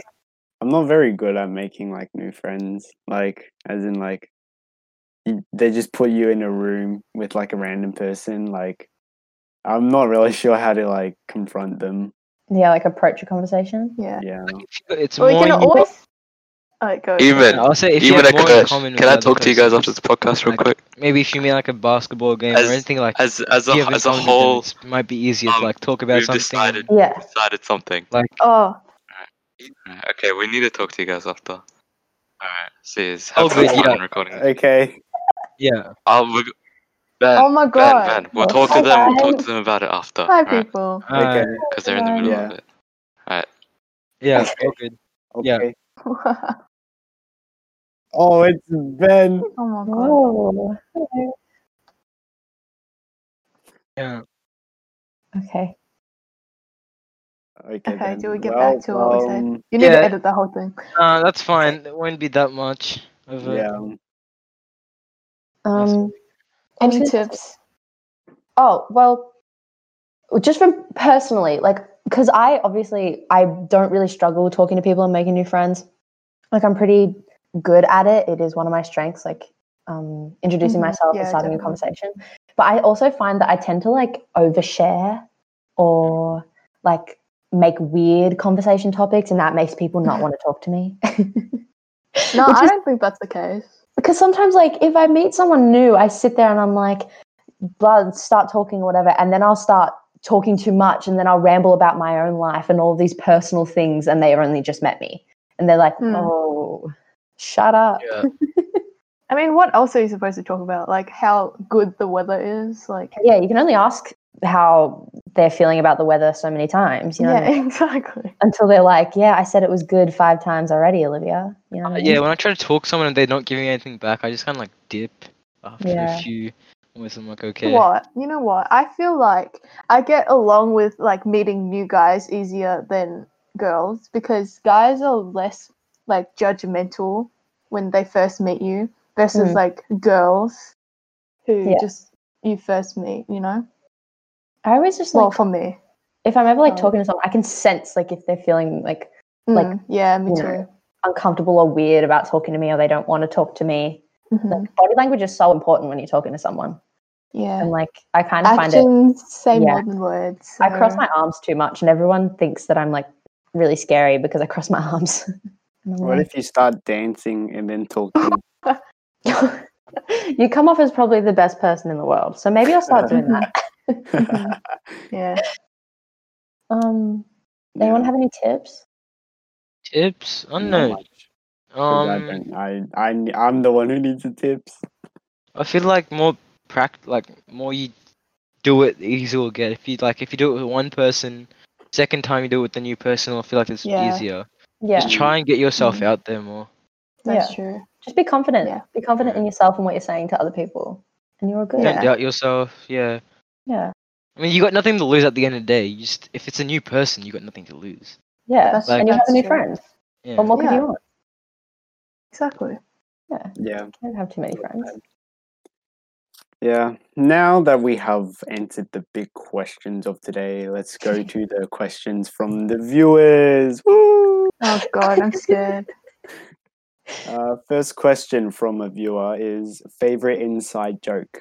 Speaker 4: I'm not very good at making like new friends. Like, as in, like, you, they just put you in a room with like a random person. Like, I'm not really [LAUGHS] sure how to like confront them.
Speaker 2: yeah, like approach a conversation.
Speaker 3: Yeah.
Speaker 4: Yeah.
Speaker 5: It's
Speaker 3: Well, you
Speaker 5: more.
Speaker 3: can
Speaker 5: in-
Speaker 3: always. Oh, it goes.
Speaker 1: Even
Speaker 5: I'll say if you
Speaker 1: even
Speaker 5: have
Speaker 1: at
Speaker 5: more in
Speaker 1: Akash,
Speaker 5: common.
Speaker 1: can
Speaker 5: with
Speaker 1: I
Speaker 5: the
Speaker 1: talk to you guys
Speaker 5: person,
Speaker 1: after this podcast real
Speaker 5: Like,
Speaker 1: quick?
Speaker 5: Maybe if you mean like a basketball game
Speaker 1: As-
Speaker 5: or anything like.
Speaker 1: As as a
Speaker 5: you have in
Speaker 1: as a
Speaker 5: common with them,
Speaker 1: whole,
Speaker 5: it's- it might be easier to
Speaker 1: um,
Speaker 5: like talk about
Speaker 1: we've
Speaker 5: something.
Speaker 1: decided-
Speaker 2: Yeah.
Speaker 1: decided something.
Speaker 5: Like
Speaker 3: Oh,
Speaker 1: Mm, Okay, we need to talk to you guys after. All right, see you.
Speaker 5: Oh,
Speaker 1: Have
Speaker 5: good,
Speaker 1: fun
Speaker 5: yeah.
Speaker 3: [LAUGHS]
Speaker 5: Uh,
Speaker 1: recording. this.
Speaker 4: Okay.
Speaker 5: yeah,
Speaker 1: Um, we Ben,
Speaker 3: oh my
Speaker 1: Ben,
Speaker 3: god.
Speaker 1: Ben, we'll
Speaker 2: Oh,
Speaker 1: talk
Speaker 2: hi,
Speaker 1: to them. We'll
Speaker 2: Ben.
Speaker 1: talk to them about it after.
Speaker 3: Hi,
Speaker 1: all right?
Speaker 3: people. [LAUGHS]
Speaker 5: uh,
Speaker 4: okay.
Speaker 1: Because they're in the middle of
Speaker 4: Yeah.
Speaker 1: it.
Speaker 5: yeah,
Speaker 4: Okay.
Speaker 5: all good.
Speaker 4: Okay.
Speaker 5: Yeah.
Speaker 3: oh
Speaker 4: Oh, it's Ben.
Speaker 3: my god.
Speaker 2: Oh,
Speaker 5: Yeah,
Speaker 2: okay.
Speaker 4: Okay.
Speaker 3: Okay,
Speaker 4: Ben.
Speaker 3: do we get back to what we said?
Speaker 4: um,
Speaker 3: You need
Speaker 5: Yeah.
Speaker 3: to edit the whole thing.
Speaker 5: uh, that's fine. It won't be that much of a.
Speaker 4: Yeah.
Speaker 2: Um, I was
Speaker 3: Any
Speaker 2: gonna say-
Speaker 3: tips?
Speaker 2: Oh, well, just from personally, like, because I obviously I don't really struggle talking to people and making new friends. Like, I'm pretty good at it. It is one of my strengths, like um, introducing
Speaker 3: Mhm.
Speaker 2: myself and
Speaker 3: Yeah,
Speaker 2: starting a
Speaker 3: definitely.
Speaker 2: conversation. But I also find that I tend to like overshare or like make weird conversation topics, and that makes people not want to talk to me.
Speaker 3: No,
Speaker 2: Which
Speaker 3: I
Speaker 2: is-
Speaker 3: don't think that's the case.
Speaker 2: because sometimes like if i meet someone new i sit there and i'm like blah start talking or whatever and then i'll start talking too much and then i'll ramble about my own life and all these personal things and they've only just met me and they're like
Speaker 3: Hmm.
Speaker 2: oh shut up
Speaker 1: Yeah.
Speaker 3: I mean, what else are you supposed to talk about? Like how good the weather is? Like,
Speaker 2: yeah you can only ask how they're feeling about the weather so many times you know what I
Speaker 3: yeah, [LAUGHS]
Speaker 2: mean?
Speaker 3: exactly.
Speaker 2: until they're like yeah i said it was good five times already olivia you know
Speaker 3: Uh,
Speaker 2: what I mean?
Speaker 5: Uh, Yeah, when I try to talk to someone and they're not giving anything back, I just kind of like dip after
Speaker 2: Yeah.
Speaker 5: a few. Almost, I'm like, okay.
Speaker 3: What? You know what? I feel like I get along with like meeting new guys easier than girls because guys are less like judgmental when they first meet you versus
Speaker 2: Mm.
Speaker 3: like girls who
Speaker 2: Yeah.
Speaker 3: just you first meet, you know?
Speaker 2: i always just
Speaker 3: Well,
Speaker 2: like
Speaker 3: for me.
Speaker 2: if i'm ever like
Speaker 3: um,
Speaker 2: talking to someone i can sense like if they're feeling like Like,
Speaker 3: Like, Hmm. yeah, me
Speaker 2: you
Speaker 3: too.
Speaker 2: know, uncomfortable or weird about talking to me or they don't want to talk to me
Speaker 3: Mhm.
Speaker 2: Like, body language is so important when you're talking to someone.
Speaker 3: Yeah.
Speaker 2: And like I kind of find it
Speaker 3: Actions say
Speaker 2: yeah.
Speaker 3: more than words.
Speaker 2: I cross
Speaker 3: so-
Speaker 2: my arms too much and everyone thinks that I'm like really scary because I cross my arms. [LAUGHS] And I'm
Speaker 4: What
Speaker 2: like-
Speaker 4: if you start dancing and then [LAUGHS] talking?
Speaker 2: [LAUGHS] you come off as probably the best person in the world. So maybe I'll start doing [LAUGHS] that.
Speaker 3: [LAUGHS]
Speaker 4: Mm-hmm. [LAUGHS]
Speaker 3: Yeah.
Speaker 2: Um
Speaker 4: Yeah,
Speaker 2: anyone have any tips?
Speaker 5: Tips? I
Speaker 4: not
Speaker 5: don't know.
Speaker 4: much, 'cause I,
Speaker 5: Um,
Speaker 4: don't- I, I, I'm the one who needs the tips.
Speaker 5: I feel like more pract, like more you do it, the easier will get. If you like, if you do it with one person, second time you do it with a new person, I feel like it's
Speaker 3: Yeah. Mm-hmm.
Speaker 5: easier.
Speaker 2: Yeah.
Speaker 5: Just try and get yourself
Speaker 4: Mhm.
Speaker 5: out there more.
Speaker 2: Yeah.
Speaker 3: That's true.
Speaker 2: Just be confident.
Speaker 3: Yeah.
Speaker 2: Be confident in yourself and what you're saying to other people. And you're good.
Speaker 5: Don't
Speaker 3: Yeah.
Speaker 5: doubt yourself. Yeah.
Speaker 2: Yeah.
Speaker 5: I mean, you got nothing to lose at the end of the day. You just if it's a new person, you got nothing to lose.
Speaker 2: Yeah.
Speaker 3: That's-
Speaker 2: and you have
Speaker 3: that's
Speaker 2: a new
Speaker 3: true.
Speaker 2: friend.
Speaker 5: Yeah.
Speaker 2: What more could
Speaker 3: Yeah.
Speaker 2: you want?
Speaker 3: Exactly.
Speaker 4: Yeah,
Speaker 2: You don't have too many friends.
Speaker 4: yeah. Now that we have answered the big questions of today, let's go to the questions from the viewers. Woo!
Speaker 3: Oh god, I'm scared.
Speaker 4: Uh, first question from a viewer is favorite inside joke.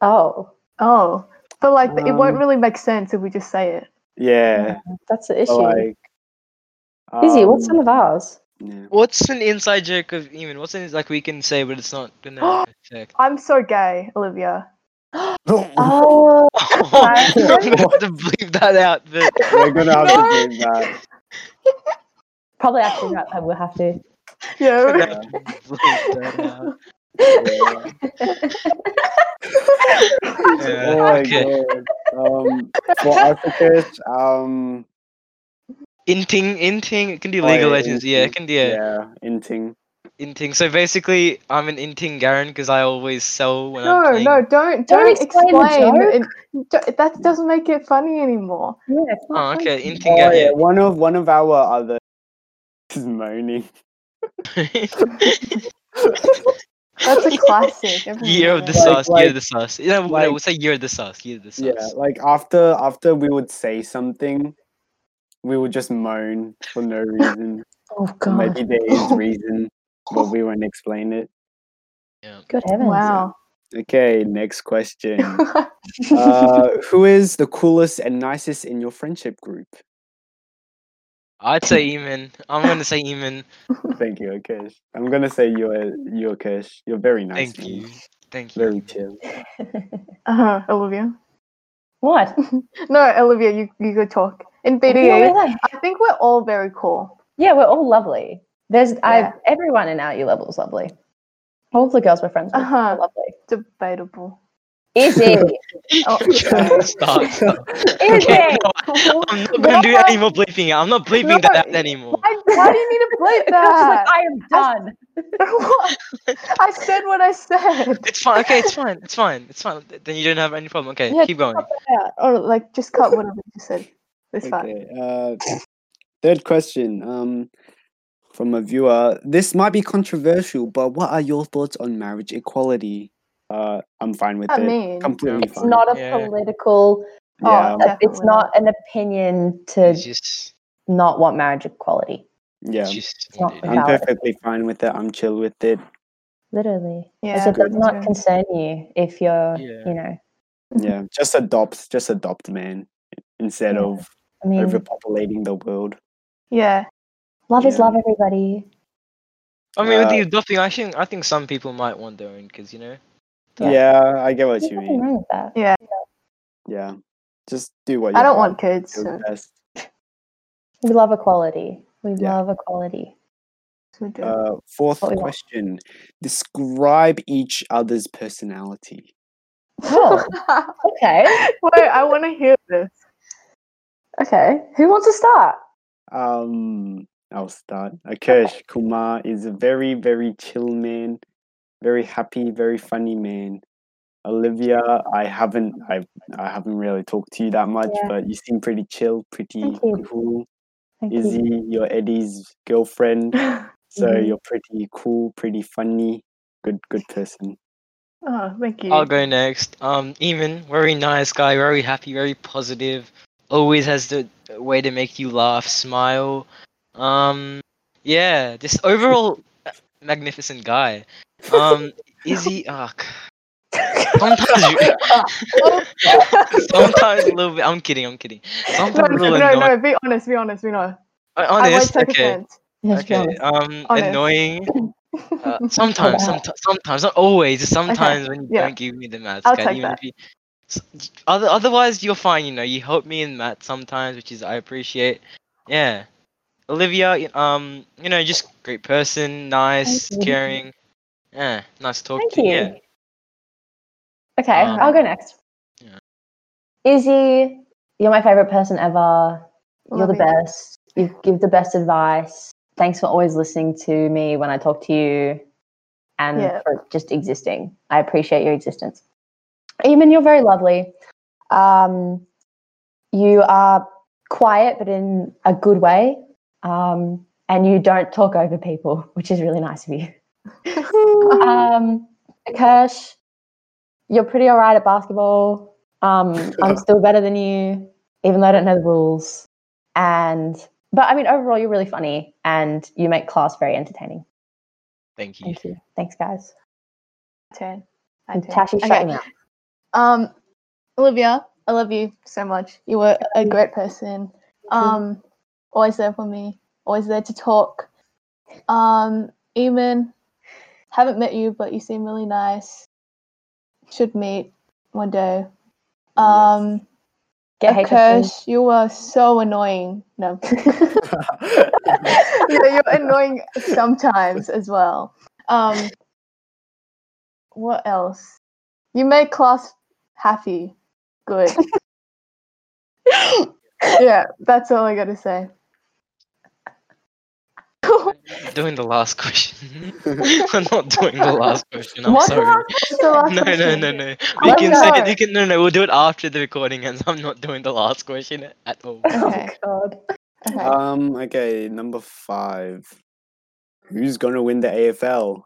Speaker 2: Oh,
Speaker 3: Oh. But like it won't
Speaker 4: Um,
Speaker 3: really make sense if we just say it.
Speaker 4: Yeah,
Speaker 2: that's the issue.
Speaker 4: but, like
Speaker 2: Izzy, what's
Speaker 4: Um,
Speaker 2: some of ours?
Speaker 4: yeah.
Speaker 5: What's an inside joke of even? What's an, like we can say, but it's not
Speaker 3: [GASPS]
Speaker 5: gonna affect?
Speaker 3: I'm so gay, Olivia.
Speaker 4: [LAUGHS]
Speaker 2: Oh,
Speaker 5: [LAUGHS] I'm gonna have to bleep that out.
Speaker 4: [LAUGHS]
Speaker 5: But
Speaker 4: We're gonna have [LAUGHS]
Speaker 3: No.
Speaker 4: to do that.
Speaker 2: probably actually not. I will have to.
Speaker 5: I'm
Speaker 3: [LAUGHS] Yeah.
Speaker 5: gonna have to bleep that
Speaker 4: Yeah.
Speaker 5: out. Yeah,
Speaker 4: [LAUGHS] oh my
Speaker 5: okay.
Speaker 4: god.
Speaker 5: [LAUGHS]
Speaker 4: Um, for Africa's, um,
Speaker 5: Inting, inting. It can do
Speaker 4: Oh,
Speaker 5: League of
Speaker 4: yeah,
Speaker 5: Legends. Yeah, it
Speaker 4: inting.
Speaker 5: can do. Yeah.
Speaker 4: yeah, inting.
Speaker 5: Inting. So basically, I'm an inting Garen because I always sell when I'm
Speaker 3: No,
Speaker 5: playing.
Speaker 3: no, don't don't,
Speaker 2: explain
Speaker 3: explain.
Speaker 2: the
Speaker 3: It- don't- that doesn't make it funny anymore.
Speaker 2: Yeah, it's
Speaker 5: Oh,
Speaker 2: not
Speaker 5: okay.
Speaker 2: fun.
Speaker 5: Inting
Speaker 4: Oh yeah.
Speaker 5: Garen. Yeah.
Speaker 4: one of one of our other [LAUGHS] is moaning.
Speaker 3: [LAUGHS] That's
Speaker 5: [LAUGHS]
Speaker 3: a classic. everyone
Speaker 5: year of the
Speaker 3: knows.
Speaker 4: Like-
Speaker 5: sauce. year
Speaker 4: like-
Speaker 5: of the sauce. Yeah, no,
Speaker 4: like-
Speaker 5: we'll say year of the sauce. Year of the sauce.
Speaker 4: Yeah, like after after we would say something, we would just moan for no
Speaker 5: [LAUGHS]
Speaker 4: reason.
Speaker 2: Oh god.
Speaker 4: Maybe there is reason, but we won't explain it.
Speaker 2: Good heavens.
Speaker 5: [LAUGHS]
Speaker 3: Wow. [LAUGHS]
Speaker 4: Okay, next question. uh, who is the coolest and nicest in your friendship group?
Speaker 5: I'd say Eamon. I'm gonna say Eamon.
Speaker 4: Thank you, Akesh. I'm gonna say you're you're Akesh. You're very nice.
Speaker 5: Thank
Speaker 4: man.
Speaker 5: you. Thank you.
Speaker 4: Very chill.
Speaker 3: uh, Olivia.
Speaker 2: [LAUGHS] what?
Speaker 3: No, Olivia, you you go talk. In
Speaker 2: Yeah,
Speaker 3: BDE,
Speaker 2: we're like-
Speaker 3: I think we're all very cool.
Speaker 2: yeah, we're all lovely. There's I
Speaker 3: Yeah.
Speaker 2: everyone in our U level is lovely. All the girls we're friends with are
Speaker 3: Uh-huh.
Speaker 2: lovely.
Speaker 5: [LAUGHS]
Speaker 3: Debatable.
Speaker 2: Izzy,
Speaker 3: Oh,
Speaker 4: [LAUGHS]
Speaker 5: stop. stop.
Speaker 2: Izzy,
Speaker 5: Okay, no, I'm not gonna do
Speaker 3: What?
Speaker 5: any more bleeping out. I'm not bleeping
Speaker 3: No,
Speaker 5: that out
Speaker 3: you-
Speaker 5: anymore.
Speaker 3: Why, why do you need to
Speaker 2: [LAUGHS]
Speaker 3: bleep
Speaker 2: like,
Speaker 3: that? [LAUGHS]
Speaker 2: I am done.
Speaker 3: What? I said what I said.
Speaker 5: It's fine. Okay, it's fine. It's fine. It's fine. Th- Then you don't have any problem. Okay,
Speaker 3: Yeah,
Speaker 5: keep going.
Speaker 3: Yeah, or like just
Speaker 2: [LAUGHS]
Speaker 3: cut whatever you said. It's fine.
Speaker 4: Okay. Uh, third question. Um, from a viewer. This might be controversial, but what are your thoughts on marriage equality? Uh, I'm fine with
Speaker 3: I
Speaker 4: it.
Speaker 3: mean,
Speaker 4: Completely
Speaker 2: It's
Speaker 4: fine.
Speaker 2: not a
Speaker 5: Yeah.
Speaker 2: political.
Speaker 4: yeah,
Speaker 3: Oh,
Speaker 2: It's
Speaker 3: definitely
Speaker 2: not an opinion to
Speaker 5: It's just,
Speaker 2: not want marriage equality.
Speaker 4: yeah.
Speaker 5: it's just.
Speaker 2: It's not
Speaker 4: I'm
Speaker 2: valid.
Speaker 4: perfectly fine with it. I'm chill with it.
Speaker 2: Literally,
Speaker 3: Yeah,
Speaker 2: so it does
Speaker 4: Good.
Speaker 2: not concern you if you're,
Speaker 5: Yeah.
Speaker 2: you know.
Speaker 4: Yeah, just adopt, just adopt, man, instead
Speaker 2: Yeah.
Speaker 4: of
Speaker 2: I mean,
Speaker 4: overpopulating the world.
Speaker 3: Yeah.
Speaker 2: love is
Speaker 4: yeah.
Speaker 2: love, everybody.
Speaker 5: I mean, with
Speaker 4: Uh,
Speaker 5: the adopting, I think I think some people might want their own because you know.
Speaker 2: Yeah.
Speaker 4: Yeah, I get what
Speaker 2: There's
Speaker 4: you
Speaker 2: nothing
Speaker 4: mean.
Speaker 2: wrong with that.
Speaker 4: Yeah, just do what you
Speaker 3: I don't want kids.
Speaker 4: do
Speaker 3: So
Speaker 4: best.
Speaker 2: We love equality. We
Speaker 4: Yeah.
Speaker 2: love equality.
Speaker 3: we do.
Speaker 4: Uh, fourth
Speaker 2: What we want.
Speaker 4: question: Describe each other's personality.
Speaker 5: [LAUGHS]
Speaker 2: Oh, okay.
Speaker 3: Wait, I want to hear this.
Speaker 2: Okay. Who wants to start?
Speaker 4: Um, I'll start. Akesh Kumar is a very, very chill man, very happy, very funny man. Olivia, I haven't, I, I haven't really talked to you that much,
Speaker 2: Yeah.
Speaker 4: but you seem pretty chill, pretty
Speaker 2: Thank you.
Speaker 4: cool.
Speaker 2: Thank you.
Speaker 4: Izzy, you're Eddie's girlfriend,
Speaker 2: [LAUGHS]
Speaker 4: so
Speaker 2: Mhm.
Speaker 4: you're pretty cool, pretty funny, good, good person.
Speaker 3: [LAUGHS] Oh, thank you.
Speaker 5: I'll
Speaker 3: [LAUGHS]
Speaker 5: go next. Um, Eamon, very nice guy, very happy, very positive. Always has the way to make you laugh, smile. Um, yeah, just overall magnificent guy. Um,
Speaker 3: [LAUGHS]
Speaker 5: Izzy, uh, sometimes, you- [LAUGHS] sometimes a little bit. I'm kidding. I'm kidding.
Speaker 3: no,
Speaker 5: Sometimes a
Speaker 3: no,
Speaker 5: little
Speaker 3: no,
Speaker 5: annoying.
Speaker 3: no, be honest, be honest, be honest.
Speaker 5: Uh,
Speaker 3: I won't
Speaker 5: Honest,
Speaker 3: take
Speaker 5: okay.
Speaker 3: offense.
Speaker 2: Yes,
Speaker 5: Okay.
Speaker 2: Jonas.
Speaker 5: Um,
Speaker 3: Honest.
Speaker 5: annoying.
Speaker 3: [LAUGHS]
Speaker 5: Uh,
Speaker 2: that.
Speaker 5: sometimes, sometimes, sometimes, not always. just Sometimes when you
Speaker 3: yeah.
Speaker 5: don't give me the maths,
Speaker 3: I'll
Speaker 5: okay,
Speaker 3: take
Speaker 5: even
Speaker 3: that.
Speaker 5: if you, s- other, otherwise you're fine. You know, you help me in maths sometimes, which is I appreciate. Yeah, Olivia, y- um, you know, just great person, nice,
Speaker 2: you.
Speaker 5: caring. Yeah, nice talk
Speaker 2: Thank
Speaker 5: to
Speaker 2: you.
Speaker 5: Yeah.
Speaker 2: Okay,
Speaker 5: Um,
Speaker 2: I'll go next.
Speaker 5: yeah.
Speaker 2: Izzy, you're my favorite person ever. You're the
Speaker 3: Love you.
Speaker 2: best. You give the best advice. Thanks for always listening to me when I talk to you and
Speaker 3: Yeah.
Speaker 2: for just existing. I appreciate your existence. Eamon, you're very lovely. Um, you are quiet, but in a good way. Um, and you don't talk over people, which is really nice of you.
Speaker 3: [LAUGHS] Ah,
Speaker 2: um, Kirsch, you're pretty all right at basketball. Um, I'm still better than you, even though I don't know the rules. And, but I mean, overall, you're really funny and you make class very entertaining.
Speaker 5: Thank you.
Speaker 2: Thank you. Thanks, guys. [LAUGHS]
Speaker 3: Ten. I
Speaker 2: And
Speaker 3: ten.
Speaker 2: Tashi, shut
Speaker 3: Okay.
Speaker 2: your mouth.
Speaker 3: Um, Olivia, I love you so much. You were a great person.
Speaker 2: Thank you.
Speaker 3: Um, always there for me. always there to talk. Um, Eamon, haven't met you, but you seem really nice. Should meet one day. Um,
Speaker 2: Get hate questions.
Speaker 3: Akash, you are so annoying. No, [LAUGHS] yeah, you're annoying sometimes as well. Um, what else? You made class happy.
Speaker 2: [LAUGHS]
Speaker 3: Good. yeah, that's all I gotta say.
Speaker 5: doing the
Speaker 3: [LAUGHS]
Speaker 5: last question. [LAUGHS] I'm not doing the last question. I'm
Speaker 3: What
Speaker 5: sorry.
Speaker 3: What's the last
Speaker 5: [LAUGHS] No, no,
Speaker 3: question?
Speaker 5: no, no. We
Speaker 3: Let's
Speaker 5: can say
Speaker 3: go.
Speaker 5: it. You can, no, no. We'll do it after the recording ends. [LAUGHS] I'm not doing the last question at all.
Speaker 3: Okay,
Speaker 2: [LAUGHS] Oh, God.
Speaker 3: okay.
Speaker 4: um. Okay. Number five. Who's gonna win the AFL?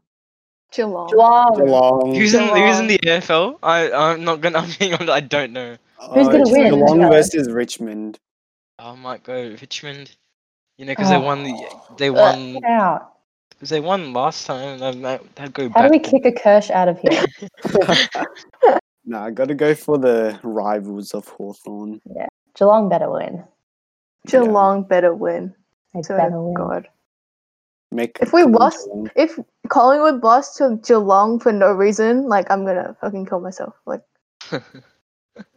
Speaker 3: Geelong.
Speaker 2: Geelong.
Speaker 4: Geelong.
Speaker 5: Who's in, who's
Speaker 3: Geelong.
Speaker 5: in the AFL? I, I'm not gonna. [LAUGHS] I'm being honest. I don't know.
Speaker 2: Who's gonna
Speaker 4: it's
Speaker 2: win?
Speaker 4: uh, Geelong
Speaker 2: Geelong.
Speaker 4: versus Richmond.
Speaker 5: I might go Richmond. You know, because they won the.
Speaker 2: Oh.
Speaker 5: They
Speaker 3: Ugh.
Speaker 5: won.
Speaker 2: Get out.
Speaker 5: Because they won last time. That that that'd go
Speaker 2: How do
Speaker 5: back.
Speaker 2: we kick a Kirsch out of here?
Speaker 4: No, I gotta go for the rivals of Hawthorn.
Speaker 2: Geelong better win.
Speaker 3: Geelong better win.
Speaker 2: They
Speaker 3: So
Speaker 2: better win.
Speaker 3: God.
Speaker 4: Make
Speaker 3: If we
Speaker 4: clean
Speaker 3: lost-
Speaker 4: Geelong.
Speaker 3: If Collingwood lost to Geelong for no reason, like I'm gonna fucking kill myself. Like, am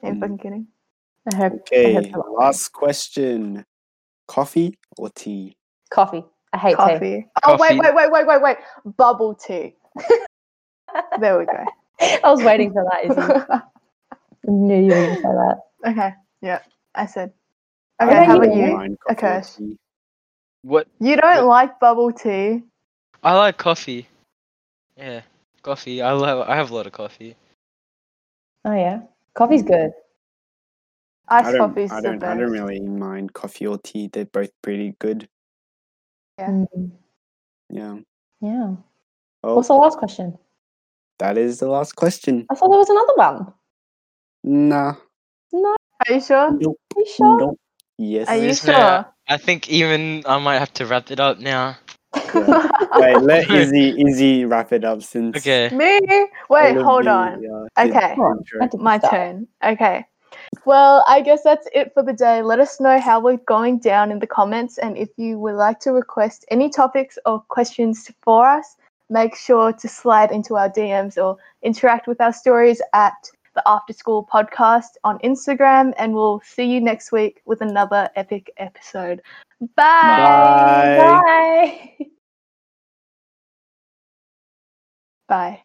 Speaker 4: Mm.
Speaker 3: fucking kidding.
Speaker 2: I hope. I hope
Speaker 4: Okay.
Speaker 2: Geelong win.
Speaker 4: Last question. Coffee or tea?
Speaker 2: Coffee. I hate tea.
Speaker 3: Coffee. Oh wait,
Speaker 5: Coffee.
Speaker 3: wait, wait, wait, wait, wait. Bubble [LAUGHS] tea. there we go.
Speaker 2: [LAUGHS] I was waiting for that. Izzy.
Speaker 3: [LAUGHS]
Speaker 2: I knew you were going to say that.
Speaker 3: okay. Yeah. I said.
Speaker 4: I
Speaker 3: Okay.
Speaker 4: don't
Speaker 3: How about
Speaker 4: really
Speaker 3: you?
Speaker 4: mind coffee or
Speaker 3: Okay.
Speaker 4: tea.
Speaker 5: What?
Speaker 3: You don't
Speaker 5: But-
Speaker 3: like bubble tea.
Speaker 5: I like coffee. Yeah, coffee. I love. I have a lot of coffee.
Speaker 2: Oh yeah, coffee's good.
Speaker 4: I
Speaker 3: Iced
Speaker 4: don't,
Speaker 3: coffee's
Speaker 4: I
Speaker 3: the
Speaker 4: don't, I
Speaker 3: best.
Speaker 4: don't really mind coffee or tea. They're both pretty good.
Speaker 3: Yeah.
Speaker 2: Mm,
Speaker 4: Yeah.
Speaker 2: yeah.
Speaker 4: Oh,
Speaker 2: What's the last question?
Speaker 4: that is the last question.
Speaker 2: I thought there was another one.
Speaker 4: Nah.
Speaker 2: No,
Speaker 3: Are you sure?
Speaker 4: Nope.
Speaker 2: are you sure?
Speaker 4: Nope. Yes.
Speaker 3: Are you
Speaker 5: Yes,
Speaker 3: sure?
Speaker 5: ma'am. I think even I might have to wrap it up now.
Speaker 2: [LAUGHS]
Speaker 4: Wait, let Izzy, Izzy wrap it up since.
Speaker 5: Okay.
Speaker 3: Me? Wait,
Speaker 4: all of
Speaker 3: hold
Speaker 4: you,
Speaker 3: on.
Speaker 4: yeah, did
Speaker 3: Okay.
Speaker 4: the intro.
Speaker 2: I did
Speaker 3: My
Speaker 2: start.
Speaker 3: turn. Okay. Well, I guess that's it for the day. Let us know how we're going down in the comments, and if you would like to request any topics or questions for us, make sure to slide into our DMs or interact with our stories at the After School Podcast on Instagram, and we'll see you next week with another epic episode. Bye.
Speaker 4: Bye.
Speaker 2: Bye.
Speaker 3: Bye.